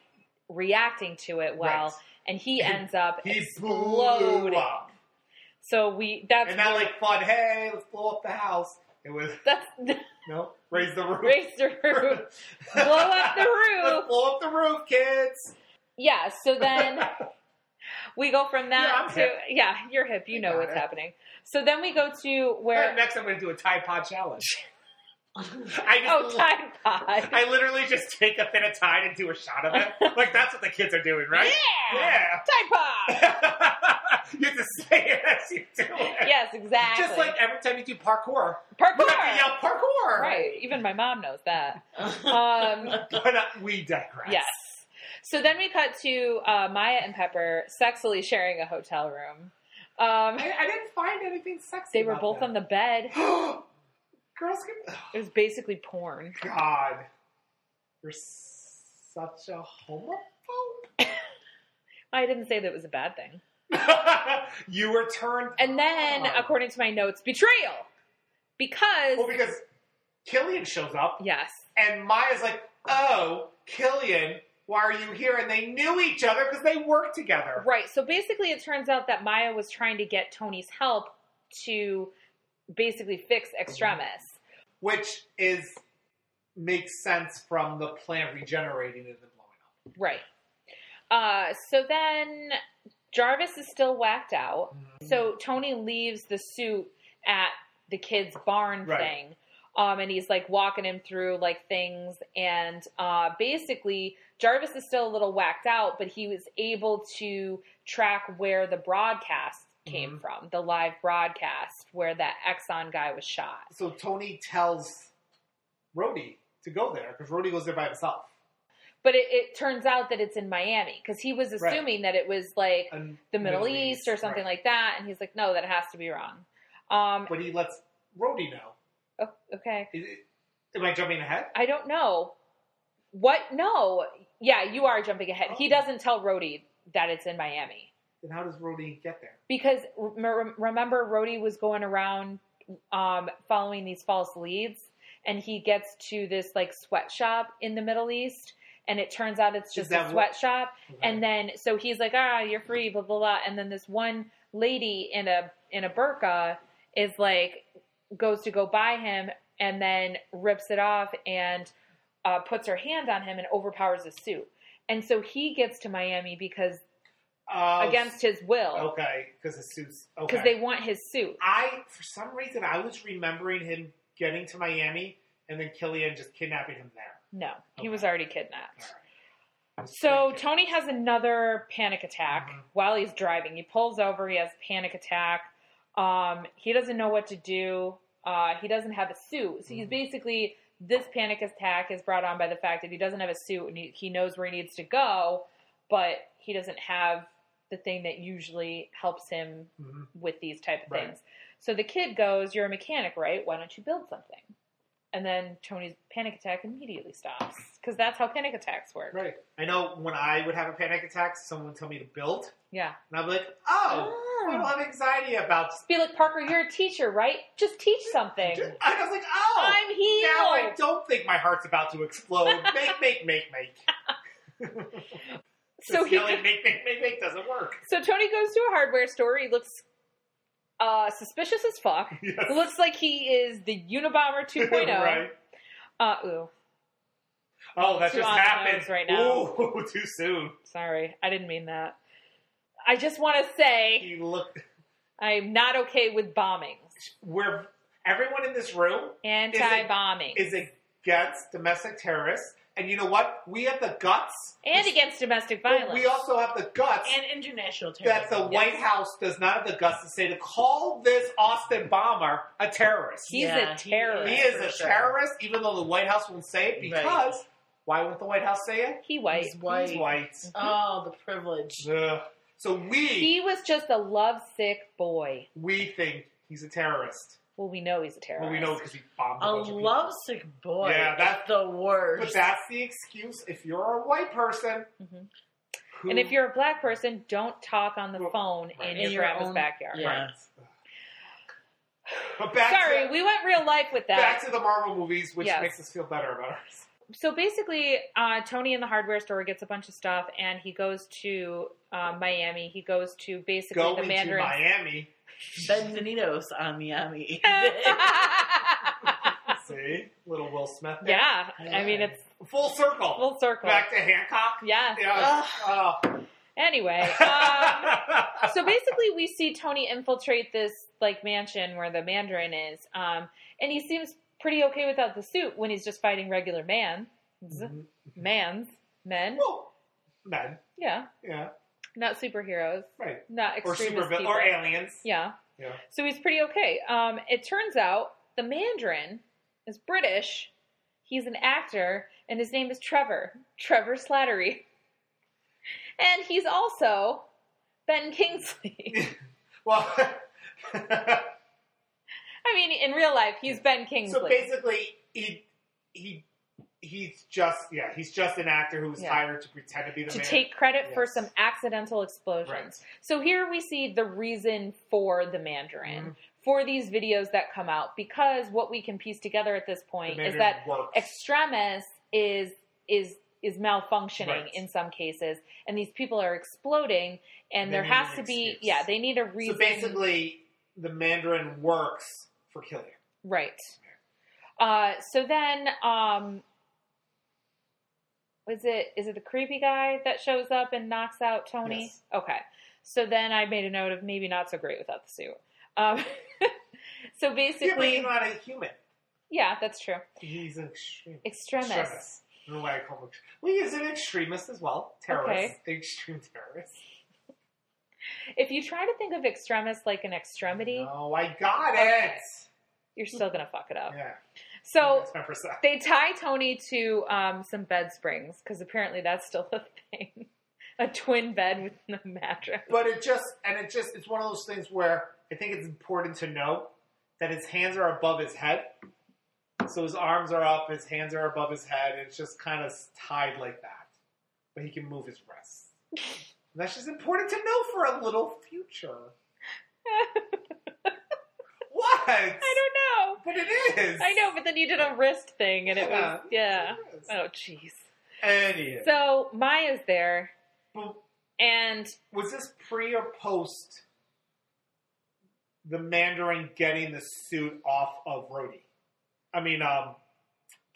S1: reacting to it well, and he
S2: And
S1: ends up
S2: He blew
S1: exploding.
S2: up,
S1: So we that's
S2: and not like fun. Hey, let's blow up the house. It was
S1: that's
S2: no raise the roof.
S1: raise the roof, blow up the roof.
S2: Let's blow up the roof, kids.
S1: Yeah. So then we go from
S2: Yeah,
S1: that
S2: I'm
S1: to
S2: hip.
S1: yeah, you're hip. You
S2: You
S1: know
S2: got
S1: what's
S2: it.
S1: happening. So then we go to
S2: Alright,
S1: where
S2: Next, I'm going to do a Tide Pod challenge. I
S1: oh
S2: just,
S1: Tide Pod.
S2: I literally just take a bit of Tide and do a shot of it. like that's what the kids are doing, right?
S1: Yeah.
S2: Yeah.
S1: Tide Pod.
S2: you have to say it as you do it.
S1: yes, exactly.
S2: Just like every time you do parkour, you have to
S1: parkour.
S2: yell parkour.
S1: Right. Even my mom knows that. Um,
S2: But uh, we digress.
S1: yes. So then we cut to uh, Maya and Pepper sexily sharing a hotel room. Um,
S2: I, I didn't find anything sexy.
S1: they were both on the bed.
S2: the. Girls can.
S1: It was basically porn.
S2: God. You're such a homophobe.
S1: I didn't say that it was a bad thing.
S2: you were turned.
S1: And then,
S2: on.
S1: according to my notes, betrayal. Because,
S2: Well, because Killian Oh, shows up
S1: yes,
S2: and Maya's like, oh, Killian why are you here? And they knew each other because they worked together.
S1: Right. So basically, it turns out that Maya was trying to get Tony's help to basically fix Extremis.
S2: Which is makes sense from the plant regenerating and then blowing up.
S1: Right. Uh, so then Jarvis is still whacked out. So Tony leaves the suit at the kid's barn
S2: Right.
S1: thing. Um, and he's like walking him through like things. And uh, basically, Jarvis is still a little whacked out, but he was able to track where the broadcast came
S2: Mhm.
S1: from the live broadcast where that Exxon guy was shot.
S2: so Tony tells Rhodey to go there because Rhodey goes there by himself.
S1: But it, it turns out that it's in Miami because he was
S2: Right.
S1: assuming that it was like
S2: And
S1: the Middle, East, or something like that. And he's like, no, that has to be wrong. Um,
S2: But he lets Rhodey know.
S1: o- okay.
S2: Is it, am I jumping ahead?
S1: I don't know. What? No. Yeah, you are jumping ahead. He
S2: Oh.
S1: doesn't tell Rhodey that it's in Miami
S2: Then how does Rhodey get there?
S1: because rem- remember, Rhodey was going around um, following these false leads, and he gets to this like sweatshop in the Middle East, and it turns out it's just
S2: that
S1: a
S2: what-
S1: sweatshop. And then so he's like, ah, you're free, blah blah blah. And then this one lady in a in a burqa is like goes to go buy him and then rips it off and uh, puts her hand on him and overpowers his suit. And so he gets to Miami because
S2: Uh,
S1: against his will
S2: Okay, because his suits. oh, Okay.
S1: because they want his suit.
S2: I for some reason I was remembering him getting to Miami and then Killian just kidnapping him there.
S1: No, he
S2: Okay.
S1: was already kidnapped.
S2: All right.
S1: So Tony has another panic attack
S2: Mhm.
S1: while he's driving. He pulls over. He has a panic attack. Um, he doesn't know what to do. Uh, he doesn't have a suit. So he's
S2: Mhm.
S1: basically this panic attack is brought on by the fact that he doesn't have a suit and he, he knows where he needs to go, but he doesn't have the thing that usually helps him
S2: Mhm.
S1: with these type of
S2: Right.
S1: things. So the kid goes, "You're a mechanic, right? Why don't you build something?" And then Tony's panic attack immediately stops because that's how panic attacks work.
S2: Right. I know when I would have a panic attack, someone would tell me to build,
S1: Yeah.
S2: and I'd be like, "Oh, I don't
S1: Oh.
S2: have anxiety about."
S1: Just be like, Parker, you're a teacher, right? Just teach something.
S2: Just, I was like, "Oh,
S1: I'm healed.
S2: now I don't think my heart's about to explode." make, make, make, make.
S1: so
S2: This
S1: he,
S2: yelling, make, make, make, make doesn't work.
S1: so Tony goes to a hardware store. He looks uh, suspicious as fuck.
S2: Yes.
S1: looks like he is the Unabomber 2.0.
S2: right.
S1: Uh, ooh,
S2: Oh, that
S1: Too
S2: just
S1: on the
S2: happened
S1: nose right now.
S2: Ooh, too soon.
S1: sorry, I didn't mean that. I just want to say
S2: He looked.
S1: I'm not okay with bombings.
S2: We're everyone in this room
S1: Anti-bombing
S2: is against domestic terrorists, and you know what? We have the guts,
S1: and against domestic
S2: but
S1: violence.
S2: we also have the guts
S3: And international terrorism.
S2: that the
S3: yes.
S2: White House does not have the guts to say to call this Austin bomber a terrorist.
S1: He's
S3: Yeah,
S1: a
S3: he
S1: terrorist.
S2: He
S1: He,
S2: is
S3: for
S2: a
S3: sure.
S2: terrorist, even though the White House won't say it
S3: Right.
S2: because why won't the White House say it?
S1: white.
S3: He's white.
S2: He's white.
S3: Oh, the privilege.
S2: Ugh. So we
S1: He was just a lovesick boy.
S2: we think he's a terrorist.
S1: Well, we know he's a terrorist.
S2: Well, we know because he bombed a,
S3: A
S2: bunch of people.
S3: lovesick boy.
S2: Yeah, that-
S3: that's the worst.
S2: But that's the excuse if you're a white person.
S1: Mhm.
S2: Who,
S1: And if you're a black person, don't talk on the
S2: Well,
S1: phone
S2: right.
S1: in,
S3: In
S1: your,
S3: your
S1: grandma's
S3: own-
S1: backyard.
S3: yeah.
S2: But back
S1: Sorry,
S2: to,
S1: we went real life with that.
S2: back to the Marvel movies, which
S1: Yes.
S2: makes us feel better about ours.
S1: so basically, uh, Tony in the hardware store gets a bunch of stuff, and he goes to uh, Miami. He goes to basically
S2: Going
S1: the
S2: to
S1: Mandarin.
S2: Miami,
S3: Benvenidos on Miami.
S2: see little Will Smith. there.
S1: yeah, I mean it's
S2: full circle.
S1: full circle.
S2: Back to Hancock.
S1: yeah.
S2: Yeah. Oh.
S1: Anyway, um,
S2: uh,
S1: so basically we see tony infiltrate this like mansion where the mandarin is um, and he seems pretty okay without the suit when he's just fighting regular man
S2: Mhm.
S1: mans men
S2: Well, men.
S1: yeah
S2: Yeah.
S1: not superheroes
S2: Right.
S1: not
S2: Or
S1: extremist
S2: super
S1: people.
S2: or aliens.
S1: yeah
S2: Yeah.
S1: so he's pretty okay um, it turns out the mandarin is british he's an actor and his name is trevor trevor slattery and he's also ben kingsley
S2: Well,
S1: I mean, in real life, he's Ben Kingsley.
S2: so basically, he he he's just yeah he's just an actor who was
S1: Yeah.
S2: hired to pretend to be the
S1: to
S2: man.
S1: take credit for
S2: Yes.
S1: some accidental explosions.
S2: right.
S1: So here we see the reason for the Mandarin,
S2: Mm-hmm.
S1: for these videos that come out, because what we can piece together at this
S2: The
S1: point
S2: Mandarin
S1: is that
S2: works.
S1: Extremis is is is malfunctioning
S2: Right.
S1: in some cases, and these people are exploding, and
S2: They
S1: there
S2: need an
S1: has to be
S2: excuse.
S1: yeah, they need a reason.
S2: So basically, the Mandarin works for Killian.
S1: Right. Uh, so then, um, is it is it the creepy guy that shows up and knocks out Tony?
S2: Yes.
S1: Okay. So then I made a note of maybe not so great without the suit. Um, so
S2: Yeah, but
S1: basically,
S2: he's
S1: yeah,
S2: not a human.
S1: that's true.
S2: He's an extreme.
S1: Extremist.
S2: Extremist. I don't know why I call him extreme. Well, he is an extremist as well. Terrorist. Extreme terrorist.
S1: If you try to think of extremist like an extremity,
S2: Oh, I got
S1: Okay.
S2: it.
S1: you're still gonna fuck it up.
S2: Yeah.
S1: So
S2: That's my percent.
S1: they tie Tony to um, some bed springs because apparently that's still a thing. a twin bed with no mattress.
S2: But it just and it just it's one of those things where I think it's important to note that his hands are above his head. So his arms are up, his hands are above his head, and it's just kind of tied like that. But he can move his wrists. And that's just important to know for a little future. what?
S1: I don't know.
S2: But it is.
S1: I know, but then you did a wrist thing, and it was yeah.
S2: It is.
S1: Oh, jeez.
S2: And it is.
S1: So Maya's there,
S2: But
S1: and
S2: was this pre or post the Mandarin getting the suit off of Rhodey? I mean, um,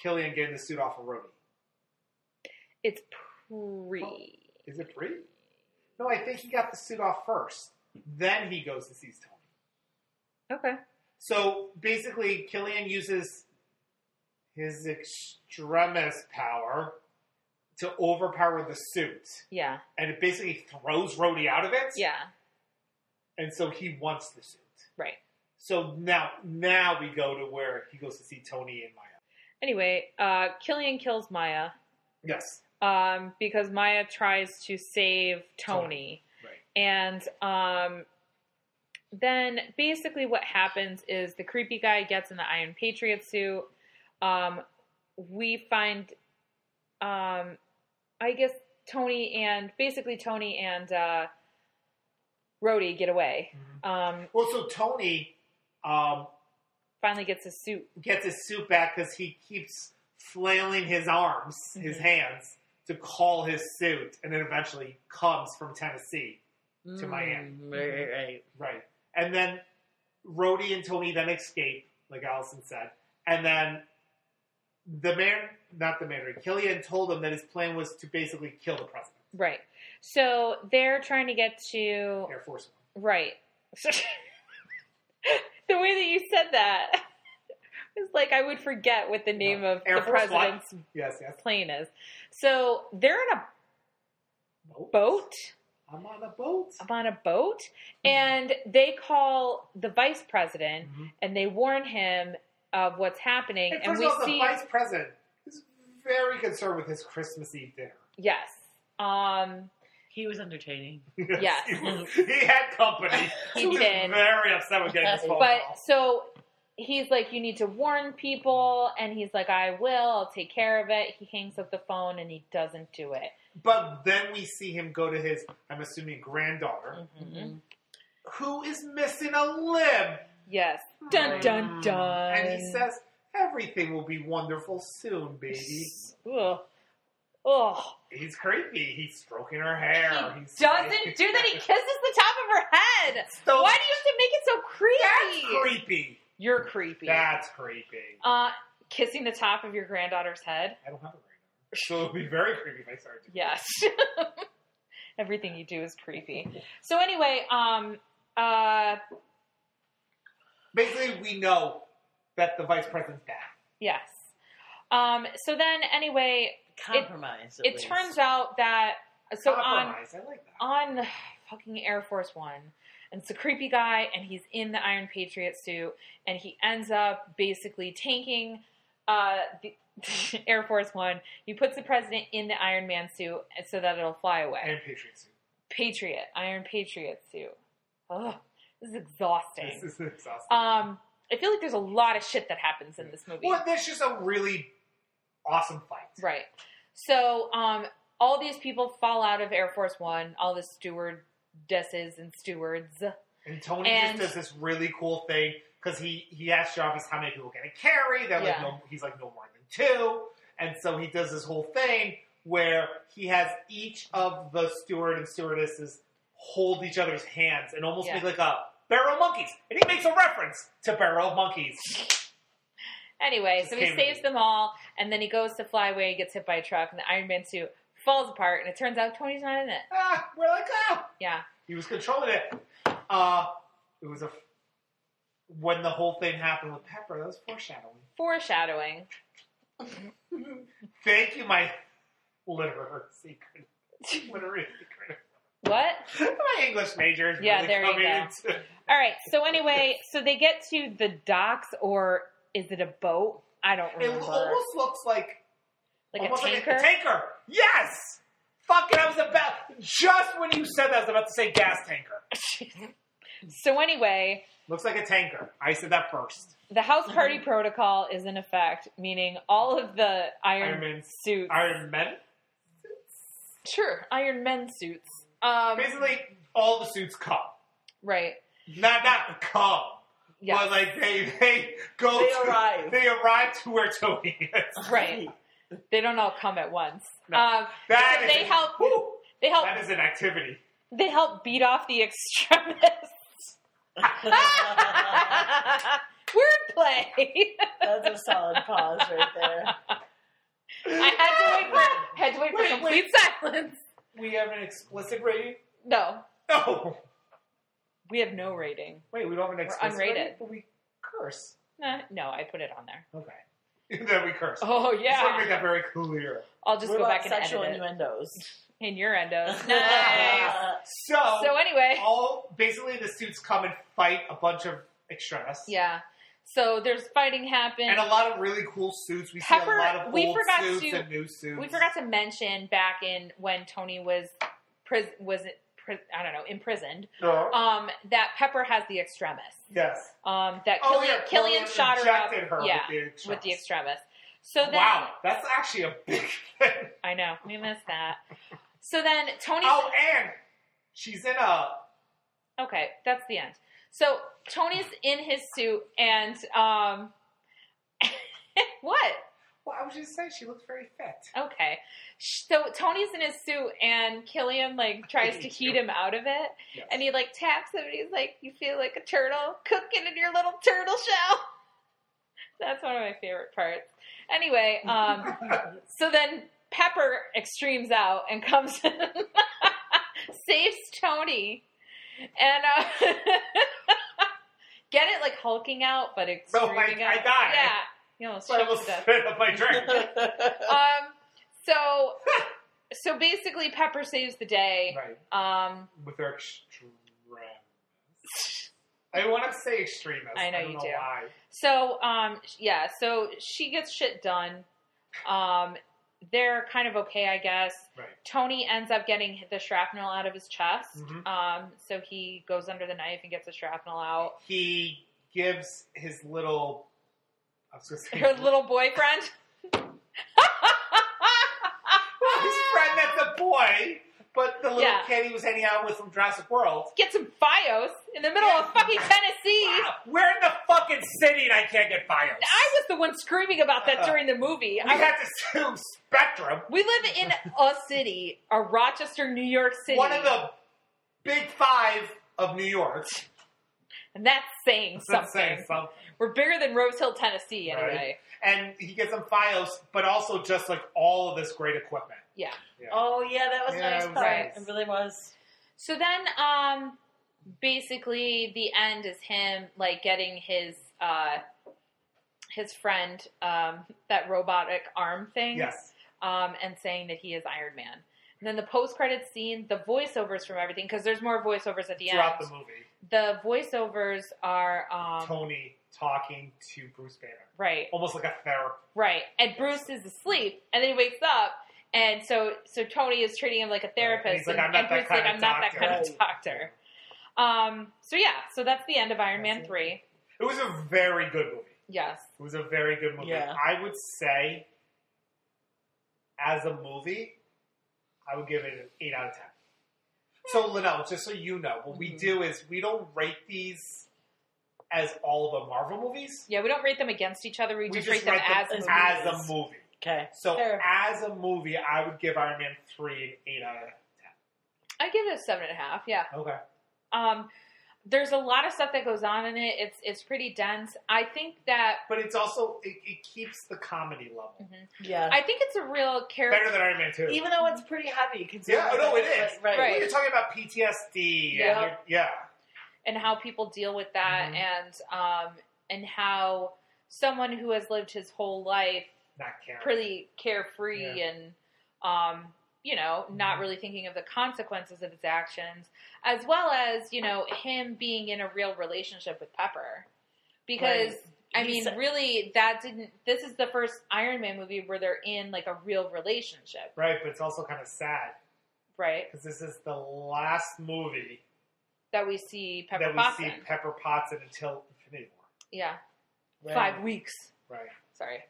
S2: Killian getting the suit off of Rhodey.
S1: it's pre.
S2: Is it pre? No, I think he got the suit off first. Then he goes and sees Tony.
S1: Okay.
S2: So basically, Killian uses his extremis power to overpower the suit,
S1: Yeah.
S2: and it basically throws Rhodey out of it.
S1: Yeah.
S2: and so he wants the suit.
S1: Right.
S2: So now, now we go to where he goes to see Tony and Maya.
S1: Anyway, uh, Killian kills Maya
S2: Yes,
S1: um, because Maya tries to save Tony,
S2: right.
S1: and um, then basically what happens is the creepy guy gets in the Iron Patriot suit. Um, we find, um, I guess Tony and basically Tony and uh, Rhodey get away. Um,
S2: Well, so Tony um,
S1: finally gets his suit.
S2: gets his suit back because he keeps flailing his arms, his
S3: Mm-hmm.
S1: Mhm.
S2: hands, to call his suit, and then eventually comes from Tennessee, To
S3: Mm,
S2: Miami.
S3: Right, right, right.
S2: right? And then Rhodey and Tony then escape, like Allison said, and then the man, not the Mandarin, Killian told him that his plan was to basically kill the president,
S1: Right. So they're trying to get to
S2: Air Force One.
S1: Right. the way that you said that is like I would forget what the name of
S2: Air
S1: the
S2: Force One.
S1: president's
S2: Yes, yes.
S1: plane is. So they're in a
S2: Boat?
S1: boat.
S2: I'm on a boat.
S1: I'm on a boat, and they call the vice president
S2: Mhm.
S1: and they warn him of what's happening.
S2: And
S1: And
S2: first
S1: we
S2: of all, the
S1: see
S2: vice president is very concerned with his Christmas Eve dinner.
S1: yes, um,
S3: He was entertaining.
S1: Yes.
S2: he, was- he had company.
S1: He
S2: was
S1: did.
S2: Very upset with getting this phone
S1: but
S2: call.
S1: so he's like, you need to warn people, and he's like, I will. I'll take care of it. He hangs up the phone and he doesn't do it.
S2: But then we see him go to his, I'm assuming, granddaughter,
S1: Mhm.
S3: Mm-hmm.
S2: who is missing a limb.
S1: Yes. Dun dun dun.
S2: And he says, "Everything will be wonderful soon, baby."
S1: Ugh. Ugh.
S2: He's creepy. He's stroking her hair.
S1: He
S2: He's
S1: doesn't do that. He kisses the top of her head.
S2: So-
S1: Why do you have to make it so creepy?
S2: creepy.
S1: You're creepy.
S2: That's creepy.
S1: Uh, kissing the top of your granddaughter's head.
S2: I don't have a ring. So it would be very creepy if I started doing
S1: Yes. Everything you do is creepy. So anyway, um, uh,
S2: Basically, we know that the vice president's back.
S1: yes. Um, so then anyway,
S3: Compromise. at
S1: it
S3: least.
S1: turns out that so on
S2: Compromise. I like that.
S1: on the fucking Air Force One, and it's a creepy guy, and he's in the Iron Patriot suit, and he ends up basically tanking uh, the Air Force One. He puts the president in the Iron Man suit so that it'll fly away.
S2: And Patriots.
S1: Patriot, Iron Patriot suit. Ugh, this is exhausting.
S2: This is exhausting.
S1: um, I feel like there's a lot of shit that happens in this movie.
S2: well, that's just a really awesome fight.
S1: Right. So, um, all these people fall out of Air Force One. All the stewardesses and stewards.
S2: And Tony
S1: And-
S2: just does this really cool thing because he he asks Jarvis how many people can it carry. They're like,
S1: Yeah.
S2: no, he's like no more than two. And so he does this whole thing where he has each of the steward and stewardesses hold each other's hands and almost
S1: Yeah.
S2: make like a barrel of monkeys. And he makes a reference to barrel of monkeys.
S1: Anyway,
S2: Just
S1: so he
S2: came-
S1: saves them all, and then he goes to fly away, gets hit by a truck, and the Iron Man suit falls apart, and it turns out Tony's not in it.
S2: Ah, we're like, ah,
S1: Yeah.
S2: he was controlling it. Uh, it was a when the whole thing happened with Pepper. That was foreshadowing.
S1: Foreshadowing.
S2: Thank you, my literary secret. Literary secret.
S1: What?
S2: My English major is
S1: Yeah,
S2: really
S1: there you
S2: coming
S1: go.
S2: into
S1: All right. So anyway, so they get to the docks, or is it a boat? I don't
S3: Oh
S2: It
S1: remember.
S2: almost looks like
S1: like a
S2: almost
S1: tanker.
S2: Like a tanker. Yes. Fucking, I was about just when you said that, I was about to say gas tanker.
S1: so anyway,
S2: Looks like a tanker. I said that first.
S1: the
S2: Mm-hmm.
S1: house party protocol is in effect, meaning all of the Iron,
S2: Iron Man-
S1: suits.
S2: Iron Men.
S1: sure, Iron Men suits. Um,
S2: Basically, all the suits come.
S1: right.
S2: Not not come,
S1: Yeah.
S2: but like they they go.
S3: They
S2: to,
S3: arrive.
S2: They arrive to where Tony is.
S1: Right. They don't all come at once.
S2: No.
S1: Um,
S2: That
S1: So
S2: is-
S1: they help-
S2: whew,
S1: they help
S2: that is an activity.
S1: They help beat off the extremists. Wordplay.
S3: That's a solid pause right there.
S1: I had to wait for had to wait for
S2: Wait,
S1: complete silence.
S2: We have an explicit rating.
S1: No,
S2: No.
S1: we have no rating.
S2: Wait, we don't have an explicit
S1: unrated.
S2: rating, but we curse.
S1: Nah, no, I put it on there.
S2: Okay. then we curse.
S1: Oh
S2: Just want to make
S1: yeah,
S2: that very clear.
S1: I'll just
S3: what
S1: go
S3: about
S1: back and edit
S3: sexual
S1: it
S3: innuendos?
S1: in your endos. Nice.
S2: So,
S1: so anyway,
S2: all basically the suits come and fight a bunch of extremists.
S1: yeah. So there's fighting happen.
S2: And a lot of really cool suits. We see
S1: Pepper-
S2: a lot of
S1: we
S2: old
S1: forgot
S2: suits
S1: to-
S2: and new suits.
S1: We forgot to mention back in when Tony was pris- was pris- I don't know imprisoned.
S2: No.
S1: Um, that Pepper has the extremis.
S2: yes.
S1: Um, that
S2: Oh,
S1: Killian,
S2: yeah,
S1: Killian
S2: Killian
S1: shot her up.
S2: injected her with
S1: yeah,
S2: the extremis.
S1: with the extremis. So then,
S2: wow, that's actually a big thing.
S1: I know we missed that. So then Tony.
S2: Oh, and she's in a.
S1: Okay, that's the end. So Tony's in his suit, and um, what?
S2: Well, I was just saying she looks very fit.
S1: Okay, so Tony's in his suit, and Killian like tries to heat him out of it,
S2: Yes.
S1: and he like taps him, and he's like, "You feel like a turtle cooking in your little turtle shell." That's one of my favorite parts. Anyway, um, So then Pepper extremes out and comes in, saves Tony, and uh, get it like hulking out, but extreming
S2: I- I
S1: out.
S2: died.
S1: Yeah, you almost
S2: so I
S1: choked
S2: will
S1: to death.
S2: spit up my drink.
S1: Um, so so basically, Pepper saves the day.
S2: right.
S1: Um,
S2: With her extremis. I want to say extremists.
S1: I know
S2: don't
S1: you
S2: know
S1: do.
S2: Why.
S1: so um, yeah, so she gets shit done. Um, they're kind of okay, I guess.
S2: Right.
S1: Tony ends up getting the shrapnel out of his chest.
S2: Mhm.
S1: Um, so he goes under the knife and gets the shrapnel out.
S2: He gives his little. I was going to say
S1: Her little boyfriend.
S2: his friend that's a boy, but the little
S1: Yeah.
S2: kid he was hanging out with from Jurassic World.
S1: Get some Fios in the middle of fucking Tennessee.
S2: Wow, we're in the fucking city and I can't get fired.
S1: I was the one screaming about that during the movie.
S2: we
S1: I-
S2: had to sue Spectrum,
S1: we live in a city, a Rochester, New York City.
S2: one of the big five of New York.
S1: and that's saying
S2: That's
S1: something.
S2: saying something.
S1: We're bigger than Rose Hill, Tennessee, anyway.
S2: Right. And he gets some files, but also just like all of this great equipment.
S1: Yeah.
S3: Oh yeah, that was
S2: Yeah,
S3: nice.
S2: it was
S3: part.
S1: nice.
S3: It really was.
S1: So then, um, basically, the end is him like getting his uh, his friend um, that robotic arm thing,
S2: Yes.
S1: um, and saying that he is Iron Man. And then the post credit scene, the voiceovers from everything, because there's more voiceovers at the
S2: Throughout the
S1: end.
S2: movie,
S1: The, voiceovers are um,
S2: Tony talking to Bruce Banner,
S1: right,
S2: almost like a therapist.
S1: right, and Bruce is asleep, and then he wakes up. And so, so Tony is treating him like a therapist,
S2: He's like,
S1: and,
S2: "I'm not
S1: and
S2: that
S1: Bruce's like,
S2: kind of
S1: "I'm not that
S2: doctor."
S1: kind of
S3: Right.
S1: doctor." Um, so yeah, so that's the end of Iron Man
S3: That's it.
S1: three.
S2: It was a very good movie.
S1: Yes.
S2: It was a very good movie.
S3: Yeah.
S2: I would say, as a movie, I would give it an 8 out of 10.
S1: Hmm.
S2: So, Linnell, just so you know, what we
S1: Mm-hmm.
S3: Mhm.
S2: do is we don't rate these as all the Marvel movies.
S1: Yeah, we don't rate them against each other. We, just rate them
S2: rate
S1: as
S3: them
S1: movies.
S2: as a movie.
S3: Okay.
S2: So
S3: Fair.
S2: as a movie, I would give Iron Man three an eight out of
S1: I give it a seven and a half. Yeah.
S2: ten. Okay.
S1: Um, there's a lot of stuff that goes on in it. It's it's pretty dense. I think that
S2: But it's also it, it keeps the comedy level
S3: Yeah.
S1: I think it's a real character.
S2: better than Iron Man two.
S3: Even though it's pretty heavy, considering
S2: Yeah, oh, no, it
S3: that-
S2: is.
S3: Right.
S1: Right.
S2: You're talking about PTSD.
S3: Yeah.
S2: And you're- yeah.
S1: and how people deal with that
S2: Mhm.
S1: and um and how someone who has lived his whole life
S2: Not caring.
S1: pretty carefree
S2: Yeah.
S1: and um you know not
S2: Mhm.
S1: really thinking of the consequences of his actions as well as you know him being in a real relationship with pepper because
S3: Right.
S1: i
S3: He's-
S1: mean really that didn't this is the first iron man movie where they're in like a real relationship
S2: Right, but it's also kind of sad
S1: right
S2: because this is the last movie
S1: that we see pepper
S2: that we
S1: Potts
S2: see
S1: in.
S2: Pepper Potts in until Infinity War.
S1: yeah
S3: Right.
S1: five weeks
S2: Right.
S1: sorry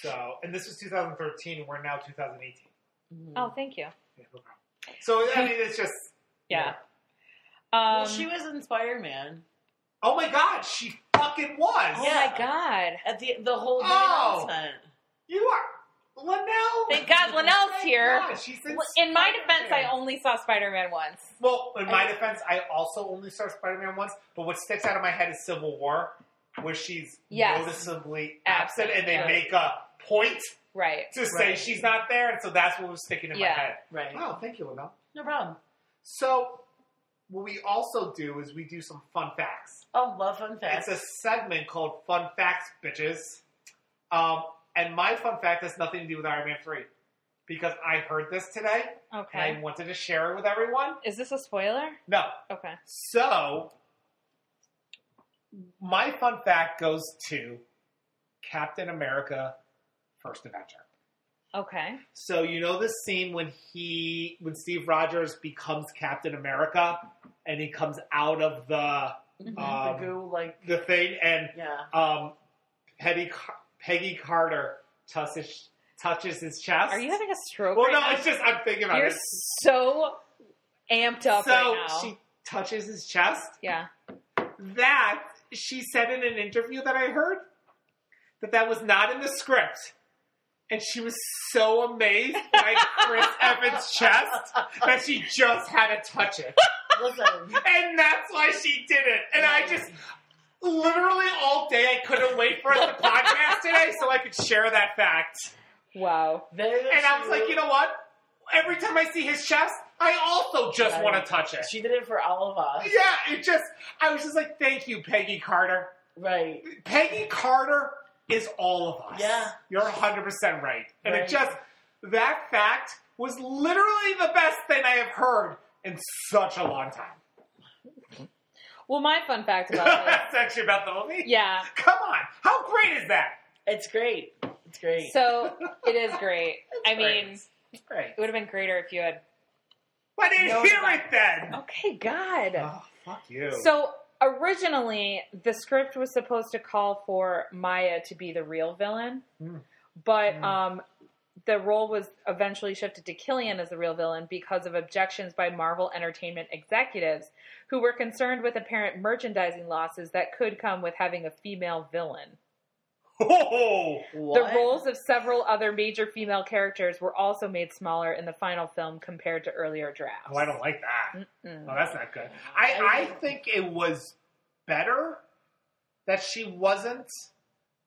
S2: So, and this was 2013. We're now 2018.
S3: Mhm.
S1: oh thank you
S2: Yeah, no problem. So I mean, it's just
S1: yeah, Um,
S3: well, she was inspired, man.
S2: Oh my God, she fucking was.
S1: Oh
S3: Yeah.
S1: my god!
S3: At the the whole day
S2: Oh.
S3: announcement.
S2: You are Linnell.
S1: Thank God Linnell's here.
S2: Yeah, she's in,
S1: In my
S2: Spider-Man.
S1: defense, I only saw Spider Man once.
S2: Well, in my
S1: I-
S2: defense, I also only saw Spider Man once, but what sticks out of my head is Civil War, where she's
S1: Yes.
S2: noticeably absent,
S1: Absent,
S2: and they
S3: yes.
S2: make a point
S1: Right.
S2: to say
S3: Right.
S2: she's not there, and so that's what was sticking in
S1: Yeah.
S2: my head.
S3: Right.
S2: Oh, thank you, Linnell.
S3: No problem.
S2: So, what we also do is we do some fun facts.
S3: Oh, love fun facts.
S2: It's a segment called Fun Facts, bitches. Um, and my fun fact has nothing to do with Iron Man 3. Because I heard this today and I
S1: Okay.
S2: wanted to share it with everyone.
S1: Is this a spoiler?
S2: No.
S1: Okay.
S2: So, my fun fact goes to Captain America First Avenger.
S1: Okay.
S2: So, you know the scene when he, when Steve Rogers becomes Captain America and he comes out of the,
S1: Mm-hmm.
S3: Mhm.
S2: um,
S3: the goo, like
S2: the thing and
S3: yeah.
S2: um, Peggy, Car- Peggy Carter touches touches his chest.
S1: Are you having a stroke?
S2: Well,
S1: right
S2: no,
S1: now?
S2: it's just I'm thinking about
S1: You're
S2: it.
S1: so amped up
S2: so
S1: right now.
S2: she touches his chest.
S1: yeah.
S2: That she said in an interview that I heard that that was not in the script. And she was so amazed by Chris Evans' chest that she just had to touch it.
S3: Listen.
S2: And that's why she did it. And I just literally all day I couldn't wait for us to podcast today so I could share that fact.
S1: Wow.
S2: And I was like, you know what? Every time I see his chest, I also just
S3: Right.
S2: want to touch it.
S3: she did it for all of us.
S2: Yeah, it just, I was just like, thank you, Peggy Carter.
S3: Right.
S2: Peggy Carter is all of us.
S3: Yeah.
S2: You're 100% right. And
S3: Right.
S2: it just, that fact was literally the best thing I have heard in such a long time.
S1: Well, my fun fact about this.
S2: That's actually about the movie.
S1: yeah.
S2: Come on. How great is that?
S3: It's great. It's great.
S1: So it is great. I mean,
S2: great.
S1: it
S2: It's great.
S1: would have been greater if you had.
S2: Why didn't
S3: No,
S2: you hear
S3: it's
S2: it then?
S1: Okay, God.
S2: Oh, fuck you.
S1: So originally, the script was supposed to call for Maya to be the real villain,
S2: Mm.
S1: but
S2: Mm.
S1: um, the role was eventually shifted to Killian as the real villain because of objections by Marvel Entertainment executives who were concerned with apparent merchandising losses that could come with having a female villain.
S2: oh,
S3: What?
S1: The roles of several other major female characters were also made smaller in the final film compared to earlier drafts. Hmm.
S2: oh, I don't like
S3: Mm.
S2: Uh, that.
S1: Mm-mm.
S2: No, that's not good. I, I think it was better that she wasn't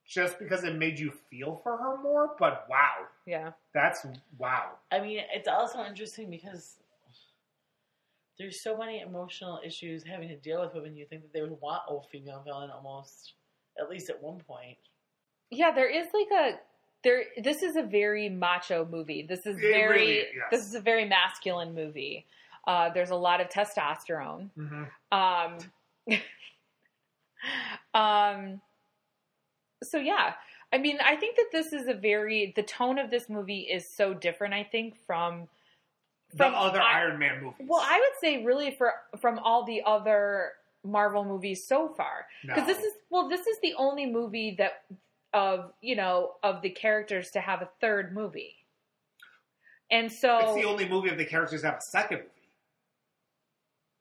S2: just because it made you feel for her more, but wow.
S1: Yeah.
S2: That's wow.
S3: I mean, it's also interesting because there's so many emotional issues having to deal with women. You think that they would want a female villain almost, at least at one point.
S1: Yeah, there is like a there. This is a very macho movie. This is
S2: It
S1: very
S2: really is, yes.
S1: this is a very masculine movie. Uh, there's a lot of testosterone.
S2: Mm-hmm.
S1: Um, um, so yeah, I mean, I think that this is a very the tone of this movie is so different. I think from
S2: The
S1: From-
S2: other
S1: I-
S2: Iron Man movie.
S1: well, I would say really for from all the other Marvel movies so far because this is well this is the only movie that of you know of the characters to have a third movie and
S2: it's the
S1: so
S2: only movie of the characters that have a second movie.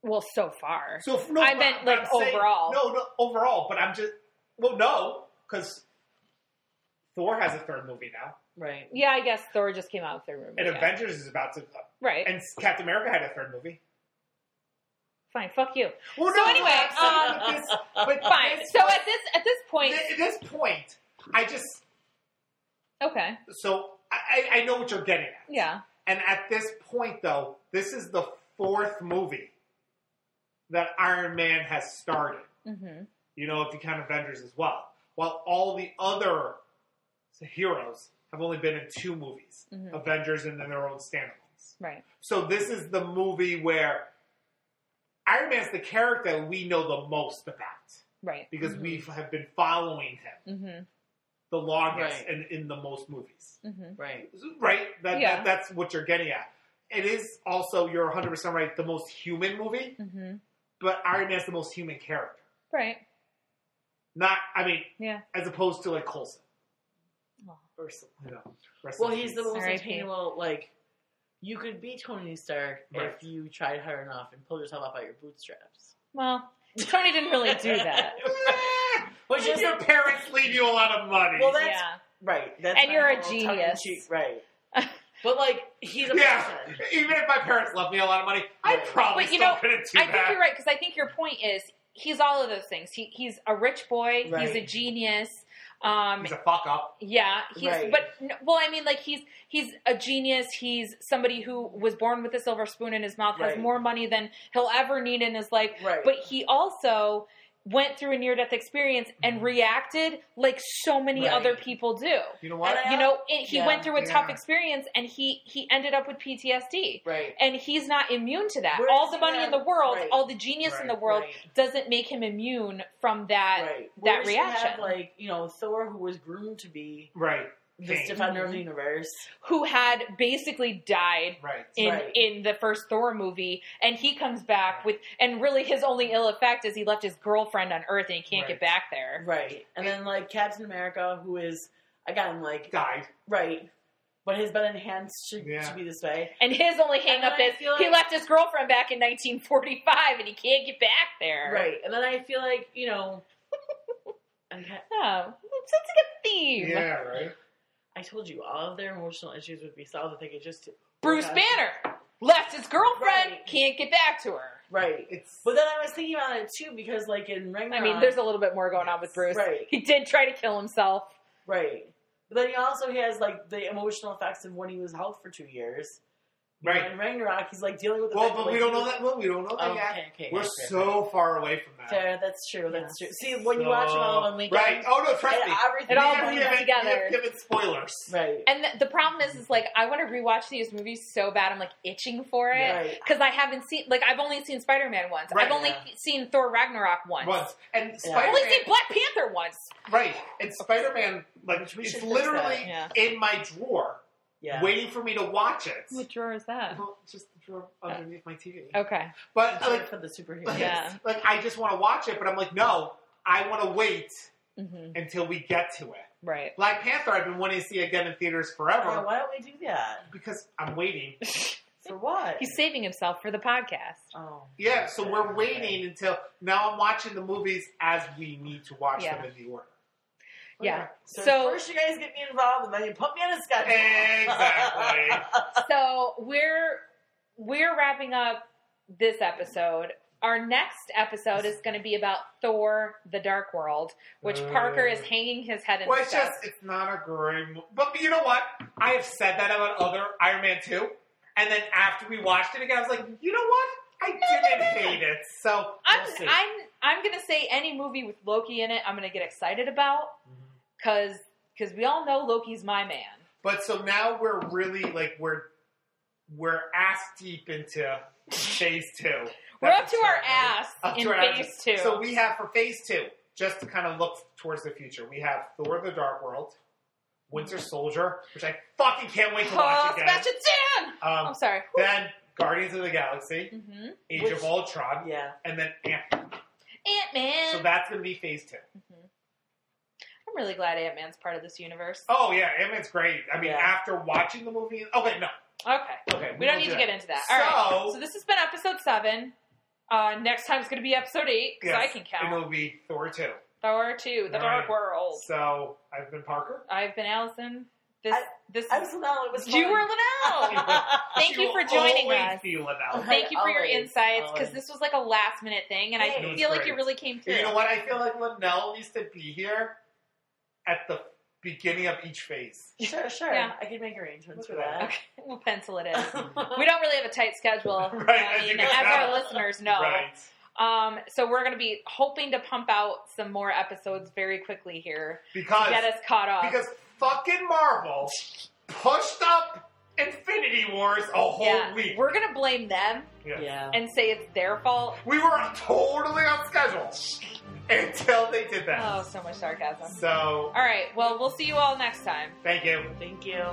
S1: well so far
S2: So if- no,
S1: I
S2: but-
S1: meant,
S2: but
S1: like,
S2: I'm saying-
S1: overall.
S2: no, no, overall. But I'm just well, no, because Thor has a third movie now,
S3: Right.
S1: Yeah, I guess Thor just came out with their movie.
S2: and
S1: yeah.
S2: Avengers is about to.
S1: Right.
S2: And Captain America had a third movie.
S1: Fine. Fuck you.
S2: Well,
S1: So anyway,
S2: that's-
S1: um,
S2: but this- but
S1: Fine.
S2: this-
S1: So at this at this point,
S2: at this point, I just
S1: okay.
S2: so I, I- I know what you're getting at.
S1: Yeah.
S2: And at this point, though, this is the fourth movie that Iron Man has started.
S1: Mm-hmm.
S2: You know, if you count Avengers as well, while all the other heroes have only been in two movies,
S1: Mhm.
S2: Avengers and then their own standalones.
S1: Right.
S2: So this is the movie where Iron Man's the character we know the most about
S1: Right.
S2: because
S3: Mhm.
S2: we have been following him
S1: Mm-hmm.
S2: the longest
S3: Right.
S2: and in the most movies.
S1: Mm-hmm.
S3: Right.
S2: Right? That,
S1: Yeah.
S2: that that's what you're getting at. It is also you're 100% right the most human movie,
S1: Mm-hmm.
S2: but Iron Man's the most human character.
S1: Right.
S2: Not I mean
S1: Yeah.
S2: as opposed to like Coulson.
S1: Aw.
S2: Or some- you know, rest
S3: Well,
S2: in
S3: he's the
S2: peace.
S3: most
S1: R.I.P.
S3: attainable. Like, you could be Tony Stark
S2: Right.
S3: if you tried hard enough and pulled yourself up by your bootstraps.
S1: Well, Tony didn't really do that.
S2: Eh,
S3: Which is
S2: your parents leave you a lot of money.
S3: Well, that's-
S1: yeah.
S3: right. That's
S1: And
S3: my
S1: you're a
S3: little tongue in
S1: genius.
S3: cheek, right? But like, he's a
S2: Yeah.
S3: person.
S2: Even if my parents left me a lot of money, I
S3: Right.
S2: probably
S1: But, you
S2: still
S1: know,
S2: couldn't do
S1: I think
S2: that.
S1: you're right because I think your point is he's all of those things. He he's a rich boy. He's a
S3: Right.
S1: genius. Um,
S2: He's a fuck up.
S1: Yeah, he's
S3: Right.
S1: but no- well, I mean, like he's he's a genius. He's somebody who was born with a silver spoon in his mouth, has
S3: Right.
S1: more money than he'll ever need in his life.
S3: Right.
S1: But he also went through a near death experience and
S2: Mhm.
S1: reacted like so many
S3: Mm-hmm. Right.
S1: other people do.
S2: You know what?
S3: And I-
S1: You know, it, he
S3: Yeah,
S1: went through a tough
S2: yeah.
S1: experience and he he ended up with PTSD.
S3: right.
S1: And he's not immune to that.
S3: Where
S1: all
S3: is
S1: the
S3: he
S1: money
S3: at?
S1: in the world,
S3: Right.
S1: all the genius in the
S2: Right,
S1: world
S3: right.
S1: doesn't make him immune from that.
S3: right.
S1: that
S3: Whereas you have,
S1: reaction.
S3: like you know, Thor, who was groomed to be
S2: right,
S3: this
S2: King.
S3: defender of the universe,
S1: Who had basically died
S2: right.
S1: in
S3: Right.
S1: in the first Thor movie, and he comes back with, and really his only ill effect is he left his girlfriend on Earth and he can't
S2: Right.
S1: get back there.
S3: right? And then like Captain America, who is again like
S2: Died.
S3: right, but has been enhanced to,
S2: Yeah.
S3: to be this way.
S1: And his only
S3: And
S1: hang up
S3: then I
S1: is
S3: feel
S1: he
S3: like-
S1: left his girlfriend back in 1945 and he can't get back there.
S3: Right. And then I feel like, you know, I, ca-
S1: Oh, it's such a good theme.
S2: Yeah, right.
S3: I told you all of their emotional issues would be solved if they could just.
S1: Bruce
S3: Okay.
S1: Banner left his girlfriend,
S3: Right.
S1: can't get back to her.
S3: Right.
S2: It's
S3: But then I was thinking about it too because, like, in
S1: I
S3: Ragnarok.
S1: mean, there's a little bit more going on with Bruce.
S3: Right,
S1: He did try to kill himself.
S3: right. But then he also has, like, the emotional effects of when he was held for two years. You know,
S2: right.
S3: in Ragnarok, he's, like, dealing with the
S2: Well,
S3: fact
S2: but
S3: that,
S2: we
S3: like,
S2: don't know that. Well, we don't know
S3: Okay,
S1: Oh,
S2: that yet.
S3: okay, okay,
S2: We're
S3: okay, okay.
S2: so far away from that.
S3: Fair, that's true, that's true. See, when you
S2: So-
S3: watch them all on one weekend.
S2: right? Oh no, trust
S3: and
S2: me.
S3: everything-
S1: It all
S2: we have
S1: blends
S2: given,
S1: together.
S2: We have given spoilers.
S3: Right.
S1: And the, the problem is, is like I want to rewatch these movies so bad. I'm like itching for it.
S3: Right.
S1: because I haven't seen like I've only seen Spider Man once.
S2: Right,
S1: I've only
S3: yeah.
S1: seen Thor Ragnarok once.
S2: Once and
S1: I've
S2: Spider
S1: only
S2: Man,
S1: seen Black Panther once.
S2: right? And Spider Man, like
S3: We should
S2: it's
S3: fix
S2: literally
S3: that,
S1: yeah.
S2: in my drawer,
S3: Yeah. uh,
S2: waiting for me to watch it.
S1: drawer is that?
S2: Well, just the drawer underneath my TV.
S3: Oh,
S1: Okay.
S2: But
S3: Sorry
S2: like,
S3: for the superhero.
S2: like,
S1: Yeah.
S2: like, I just want to watch it, but I'm like, no, I want to wait
S1: hmm
S2: until we get to it.
S1: Right.
S2: Black Panther, I've been wanting to see again in theaters
S3: Uh,
S2: forever
S3: why don't we do that?
S2: because I'm waiting.
S3: For what?
S1: He's saving himself for the podcast.
S3: oh.
S2: Yeah, so we're waiting until now. I'm watching the movies as we need to watch
S1: Yeah.
S2: them in the order.
S1: Yeah.
S3: So,
S1: So-
S3: first you guys get me involved, and then you put me on a schedule.
S2: Exactly.
S1: so we're we're wrapping up this episode. Our next episode is going to be about Thor: The Dark World, which
S2: Uh.
S1: Parker is hanging his head in
S2: Well, it's
S1: disgust.
S2: just it's not a great. mo- But you know what? I have said that about other Iron Man two, and then after we watched it again, I was like, you know what? I didn't hate it. So
S1: I'm
S2: we'll see.
S1: I'm I'm gonna say any movie with Loki in it, I'm gonna get excited about because because we all know Loki's my man.
S2: But so now we're really like we're we're ass deep into phase two.
S1: We're up to our
S2: That's-
S1: ass
S2: Up to
S1: in
S2: our ass.
S1: phase two.
S2: So we have for phase two, just to kind of look towards the future, we have Thor: The Dark World, Winter Soldier, which I fucking can't wait to
S1: oh,
S2: watch again.
S1: Sebastian Stan!
S2: Um,
S1: I'm sorry.
S2: then Guardians of the Galaxy,
S1: hmm
S2: Age
S3: Which-
S2: of Ultron,
S3: Yeah.
S2: and then Ant.
S1: Ant Man.
S2: So that's gonna be phase two.
S1: Mm-hmm. I'm really glad Ant Man's part of this universe.
S2: Oh yeah, Ant Man's great. I mean,
S3: Yeah.
S2: after watching the movie, okay, no,
S1: Okay,
S2: okay,
S1: we don't need to get into that. All right.
S2: so,
S1: So this has been episode seven. Uh, next time's gonna be episode eight because
S2: Yes,
S1: I can count.
S2: It will be Thor two.
S1: Thor too, The Dark
S2: Right.
S1: World.
S2: So I've been Parker.
S1: I've been Allison. This
S3: I-
S1: this
S3: I'm so not. It was
S1: is you were
S3: fun.
S1: Linnell. Thank
S2: She
S1: you for
S2: will
S1: joining
S2: always
S1: us.
S2: be Linnell.
S3: Okay.
S1: Thank you for your
S3: Always,
S1: insights because
S3: always.
S1: this was like a last minute thing, and
S3: Hey. It
S1: I
S2: was
S1: feel like
S2: great.
S1: you really came through.
S2: You know what? I feel like Linnell needs to be here at the beginning of each phase.
S3: Sure, sure.
S1: Yeah.
S3: I could make arrangements for
S2: Look at
S3: that.
S1: Okay, we'll pencil it in. we don't really have a tight schedule.
S2: Right,
S1: I
S2: as you
S1: mean,
S2: can
S1: as
S2: tell.
S1: our listeners know.
S2: Right.
S1: Um, so we're going to be hoping to pump out some more episodes very quickly here to
S2: Because
S1: get us caught up.
S2: because fucking Marvel pushed up Infinity Wars a whole
S1: yeah,
S2: week.
S1: we're going to blame them
S2: Yeah.
S3: yeah.
S1: and say it's their fault.
S2: We were totally on schedule until they did that.
S1: Oh, so much sarcasm.
S2: So
S1: All right. Well, we'll see you all next time.
S2: thank you.
S3: Thank you.